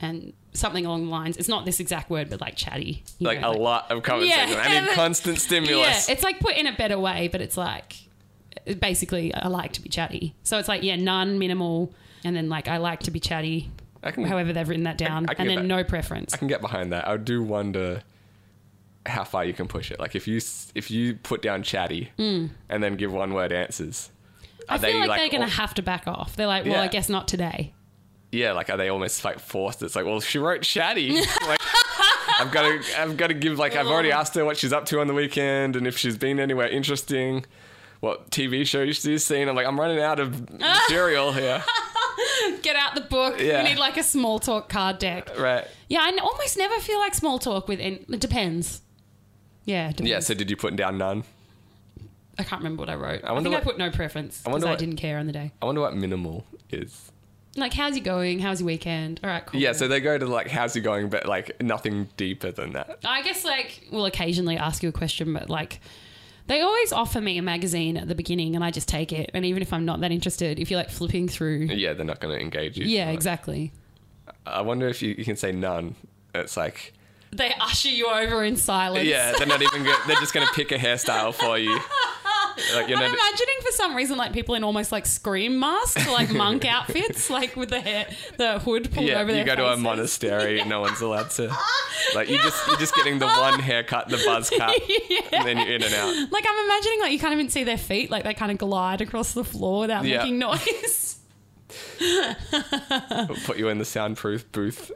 and something along the lines. It's not this exact word, but like chatty. you
Like
know,
a lot of conversation.
Yeah. *laughs*
I mean, constant stimulus.
yeah, it's like put in a better way, but it's like basically I like to be chatty. So it's like yeah, none, minimal, and then like I like to be chatty.
I can-
however they've written that down,
I can
and
get
then
that.
no preference.
I can get behind that. I do wonder how far you can push it. Like if you s- if you put down chatty and then give one word answers.
Hmm. I feel like, they're going
al-
to have to back off. They're like, well,
oh. Yeah.
I guess not today.
yeah, like are they almost like forced? It's like, well, she wrote chatty.
*laughs*
like, I've got to, I've got to give. Like, I've already asked her what she's up to on the weekend and if she's been anywhere interesting, what TV shows she's seen. I'm like, I'm running
*laughs*
out of material here.
Get out the book.
Yeah.
We need like a small talk card deck. *laughs*
Right.
Yeah, I n- almost never feel like small talk with. Any- it depends. Yeah. It depends.
Yeah. So did you put down none?
I can't remember what I wrote. I,
wonder
think
what-
I put no preference because
wonder
I
what-
didn't care on the day.
I wonder what minimal is.
Like, how's you going? How's your weekend? All right, cool.
Yeah. So they go to like, how's it going? But like nothing deeper than that.
I guess like we'll occasionally ask you a question, but like they always offer me a magazine at the beginning, and I just take it. And even if I'm not that interested, if you're like flipping through,
Yeah. They're not going to engage you.
yeah,
Like,
exactly.
I wonder if you, you can say none. It's like,
They usher you over in silence. *laughs*
yeah, they're not even. Go- they're just going to pick a hairstyle for you. Like you're
I'm
not.
imagining for some reason like people in almost like scream masks, like
*laughs*
monk outfits, like with the hair, the hood pulled
Yeah,
over their *laughs*
you go to a
faces.
monastery, no one's allowed to. Like you just you're just
*laughs*
getting the one haircut, the buzz cut, and then you're in and out.
Like I'm imagining, like you can't even see their feet, like they kind of glide across the floor without
Yeah.
making *laughs* noise.
We'll put you in the soundproof
*laughs*
booth.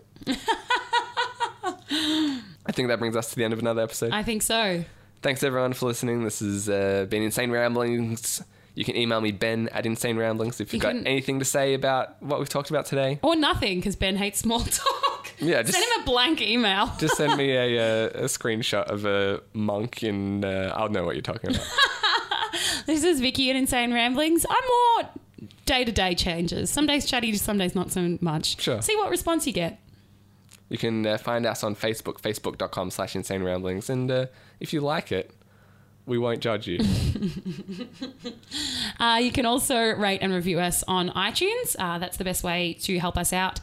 I think that brings us to the end of another episode.
I think so.
Thanks everyone for listening. This has uh, been Insane Ramblings. You can email me Ben at Insane Ramblings if you've
You
got
can-
anything to say about what we've talked about today.
Or nothing, because Ben hates small *laughs* talk.
Yeah, just-
send him a blank email.
Just send me a, uh, a screenshot of a monk in. Uh, I'll know what you're talking about.
*laughs* This is Vicky at Insane Ramblings. I'm more day to day changes. Some days chatty, some days not so much.
Sure.
See what response you get.
You can uh, find us on Facebook, facebook.com slash insane ramblings. And uh, if you like it, we won't judge *laughs* you.
Uh, you can also rate and review us on iTunes. Uh, that's the best way to help us out.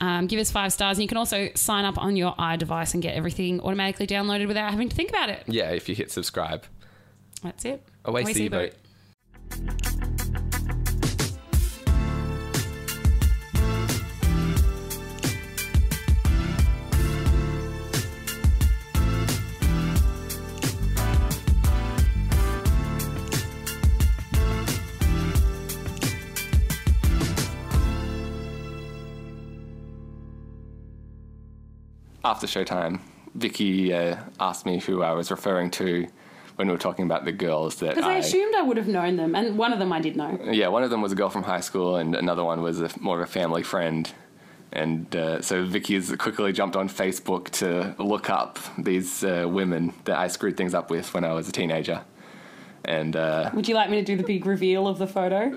Um, give us five stars, and you can also sign up on your iDevice and get everything automatically downloaded without having to think about it.
yeah, if you hit subscribe.
That's it.
Away,
Away
sea
sea
boat.
boat.
After showtime, Vicky uh, asked me who I was referring to when we were talking about the girls that
Because I assumed I would have known them, and one of them I did know.
Yeah, one of them was a girl from high school, and another one was a, more of a family friend. And uh, so Vicky has quickly jumped on Facebook to look up these uh, women that I screwed things up with when I was a teenager. And uh,
Would you like me to do the big reveal of the
*laughs*
photo?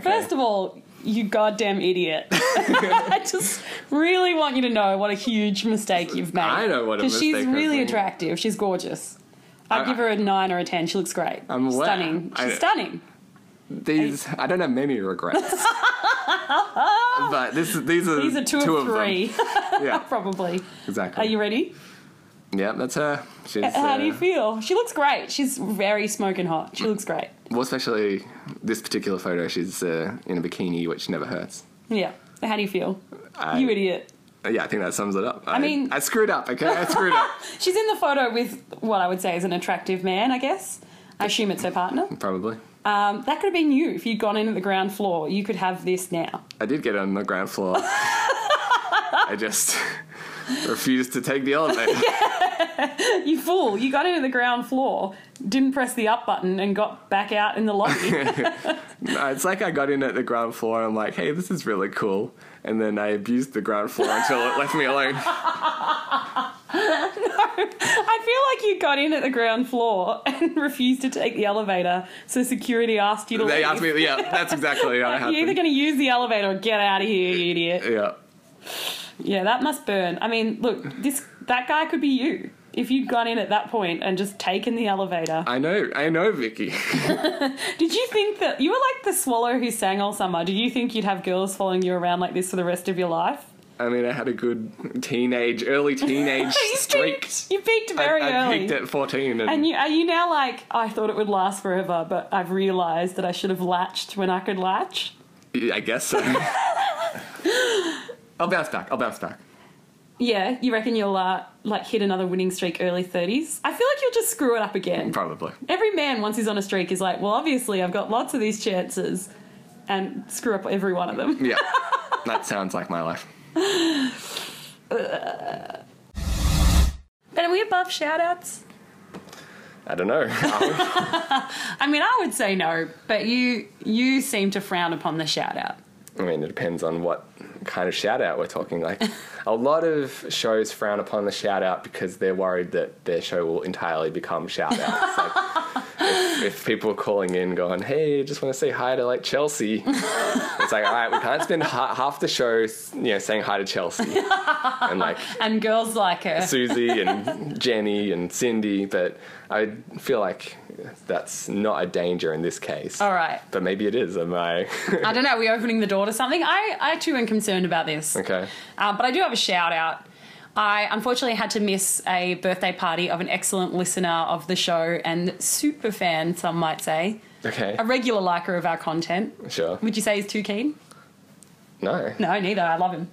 First of all, you goddamn idiot. *laughs* I just really want you to know what a huge mistake you've made.
I know what a
Because
mistake
she's
I've
really
made.
attractive. She's gorgeous. I'd
I-
give her a 9 or a 10. She looks great.
I'm aware.
Stunning. She's
I-
stunning.
these, I don't have many regrets.
*laughs*
but this, these are
These are two, of three, *laughs*
them. Yeah,
probably.
exactly.
Are you ready?
Yeah, that's her. She's,
How do you
uh,
feel? She looks great. She's very smoking hot. She looks great.
Well, especially this particular photo, she's uh, in a bikini, which never hurts.
Yeah. How do you feel?
I-
you idiot.
Yeah, I think that sums it up. I,
mean-
I screwed up. Okay, I screwed up.
*laughs* She's in the photo with what I would say is an attractive man, I guess. I assume it's her partner.
Probably.
Um, that could have been you if you'd gone in at the ground floor. You could have this now.
I did get on the ground floor. I just *laughs* refused to take
*laughs*
the elevator.
You fool! You got in at the ground floor, didn't press the up button, and got back out in the lobby.
*laughs* No, It's like I got in at the ground floor and I'm like, hey, this is really cool. And then I abused the ground floor until it left
*laughs*
me alone.
I feel like you got in at the ground floor and *laughs* refused to take the elevator, so security asked you to
They
leave.
asked me, yeah, that's exactly how it
You're either
happened.
going to use the elevator or get out of here, you idiot.
Yeah.
Yeah, that must burn. I mean, look, this that guy could be you if you'd gone in at that point and just taken the elevator.
I know, I know, Vicky.
Did you think that you were like the swallow who sang all summer? Did you think you'd have girls following you around like this for the rest of your
*laughs*
life?
I mean, I had a good teenage, early teenage
*laughs* You
streak.
peaked- You peaked
I-
very
I,
early.
peaked at 14 and,
and you, are you now like, I thought it would last forever, but I've realised that I should have latched when I could latch?
Yeah, I
*laughs*
guess so. I'll bounce back. I'll bounce back.
Yeah, you reckon you'll uh, like hit another winning streak early 30s? I feel like you'll just screw it up again.
Probably.
Every man, once he's on a streak, is like, well, obviously I've got lots of these chances and screw up every one of them. *laughs*
Yeah. that sounds like my life.
But are we above shout outs?
I don't know.
I mean, I would say no, but you you seem to frown upon the shout out.
I mean, it depends on what kind of shout out we're talking. Like, a lot of shows frown upon the shout out because they're worried that their show will entirely become shout outs. like, if, if people are calling in going, hey, just want to say hi to like Chelsea, it's like, all right, we can't spend ha- half the show, you know, saying hi to Chelsea and like
And girls like her.
Susie and Jenny and Cindy, but I feel like that's not a danger in this case.
All right.
But maybe it is. Am I?
I don't know. Are we opening the door to something? I, I too am concerned about this.
*laughs* okay.
Uh, but I do have a shout out. I unfortunately had to miss a birthday party of an excellent listener of the show and super fan, some might say.
Okay.
A regular liker of our content.
Sure.
Would you say he's too keen?
No.
No, neither. I love him.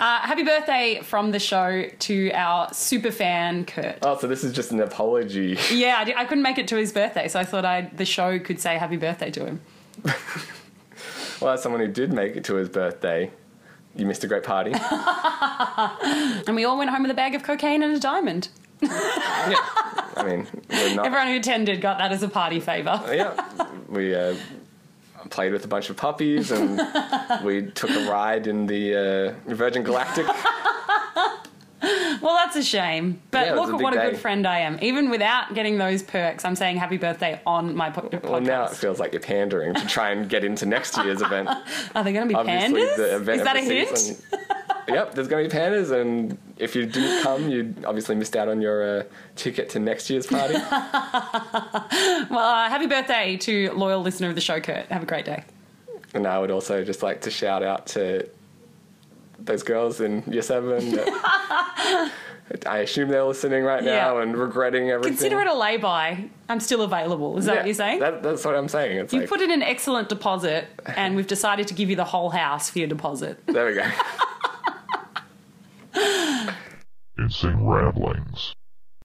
Uh, happy birthday from the show to our super fan, Kurt.
Oh, so this is just an apology.
Yeah, I, di- I couldn't make it to his birthday, so I thought I'd, the show could say happy birthday to him.
Well, as someone who did make it to his birthday, you missed a
*laughs*
great party.
And we all went home with a bag of cocaine and a diamond.
I mean, we're not.
Everyone who attended got that as a party
Oh,
favour.
yeah, we uh, played with a bunch of puppies
*laughs*
and we took a ride in the uh,
*laughs*
Virgin Galactic.
Well, that's a shame. But
Yeah, it
look
was a
at
big
what a
day.
good friend I am. Even without getting those perks, I'm saying happy birthday on my po- podcast. *laughs*
Well, now it feels like you're pandering to try and get into next year's event.
Are they going to be
Obviously,
pandas?
the event
Is that a
of the
hint?
season. yep, there's going to be pandas, and if you didn't come, you obviously missed out on your uh, ticket to next year's party.
*laughs* Well, uh, happy birthday to loyal listener of the show, Kurt. Have a great day.
and I would also just like to shout out to those girls in year seven. That
*laughs*
I assume they're listening right now
Yeah.
and regretting everything.
Consider it a lay by. I'm still available. Is that
Yeah,
what you're saying?
That, that's what I'm saying. It's
you
like,
put in an excellent deposit, and we've decided to give you the whole house for your deposit. *laughs*
there we go.
It's in ramblings.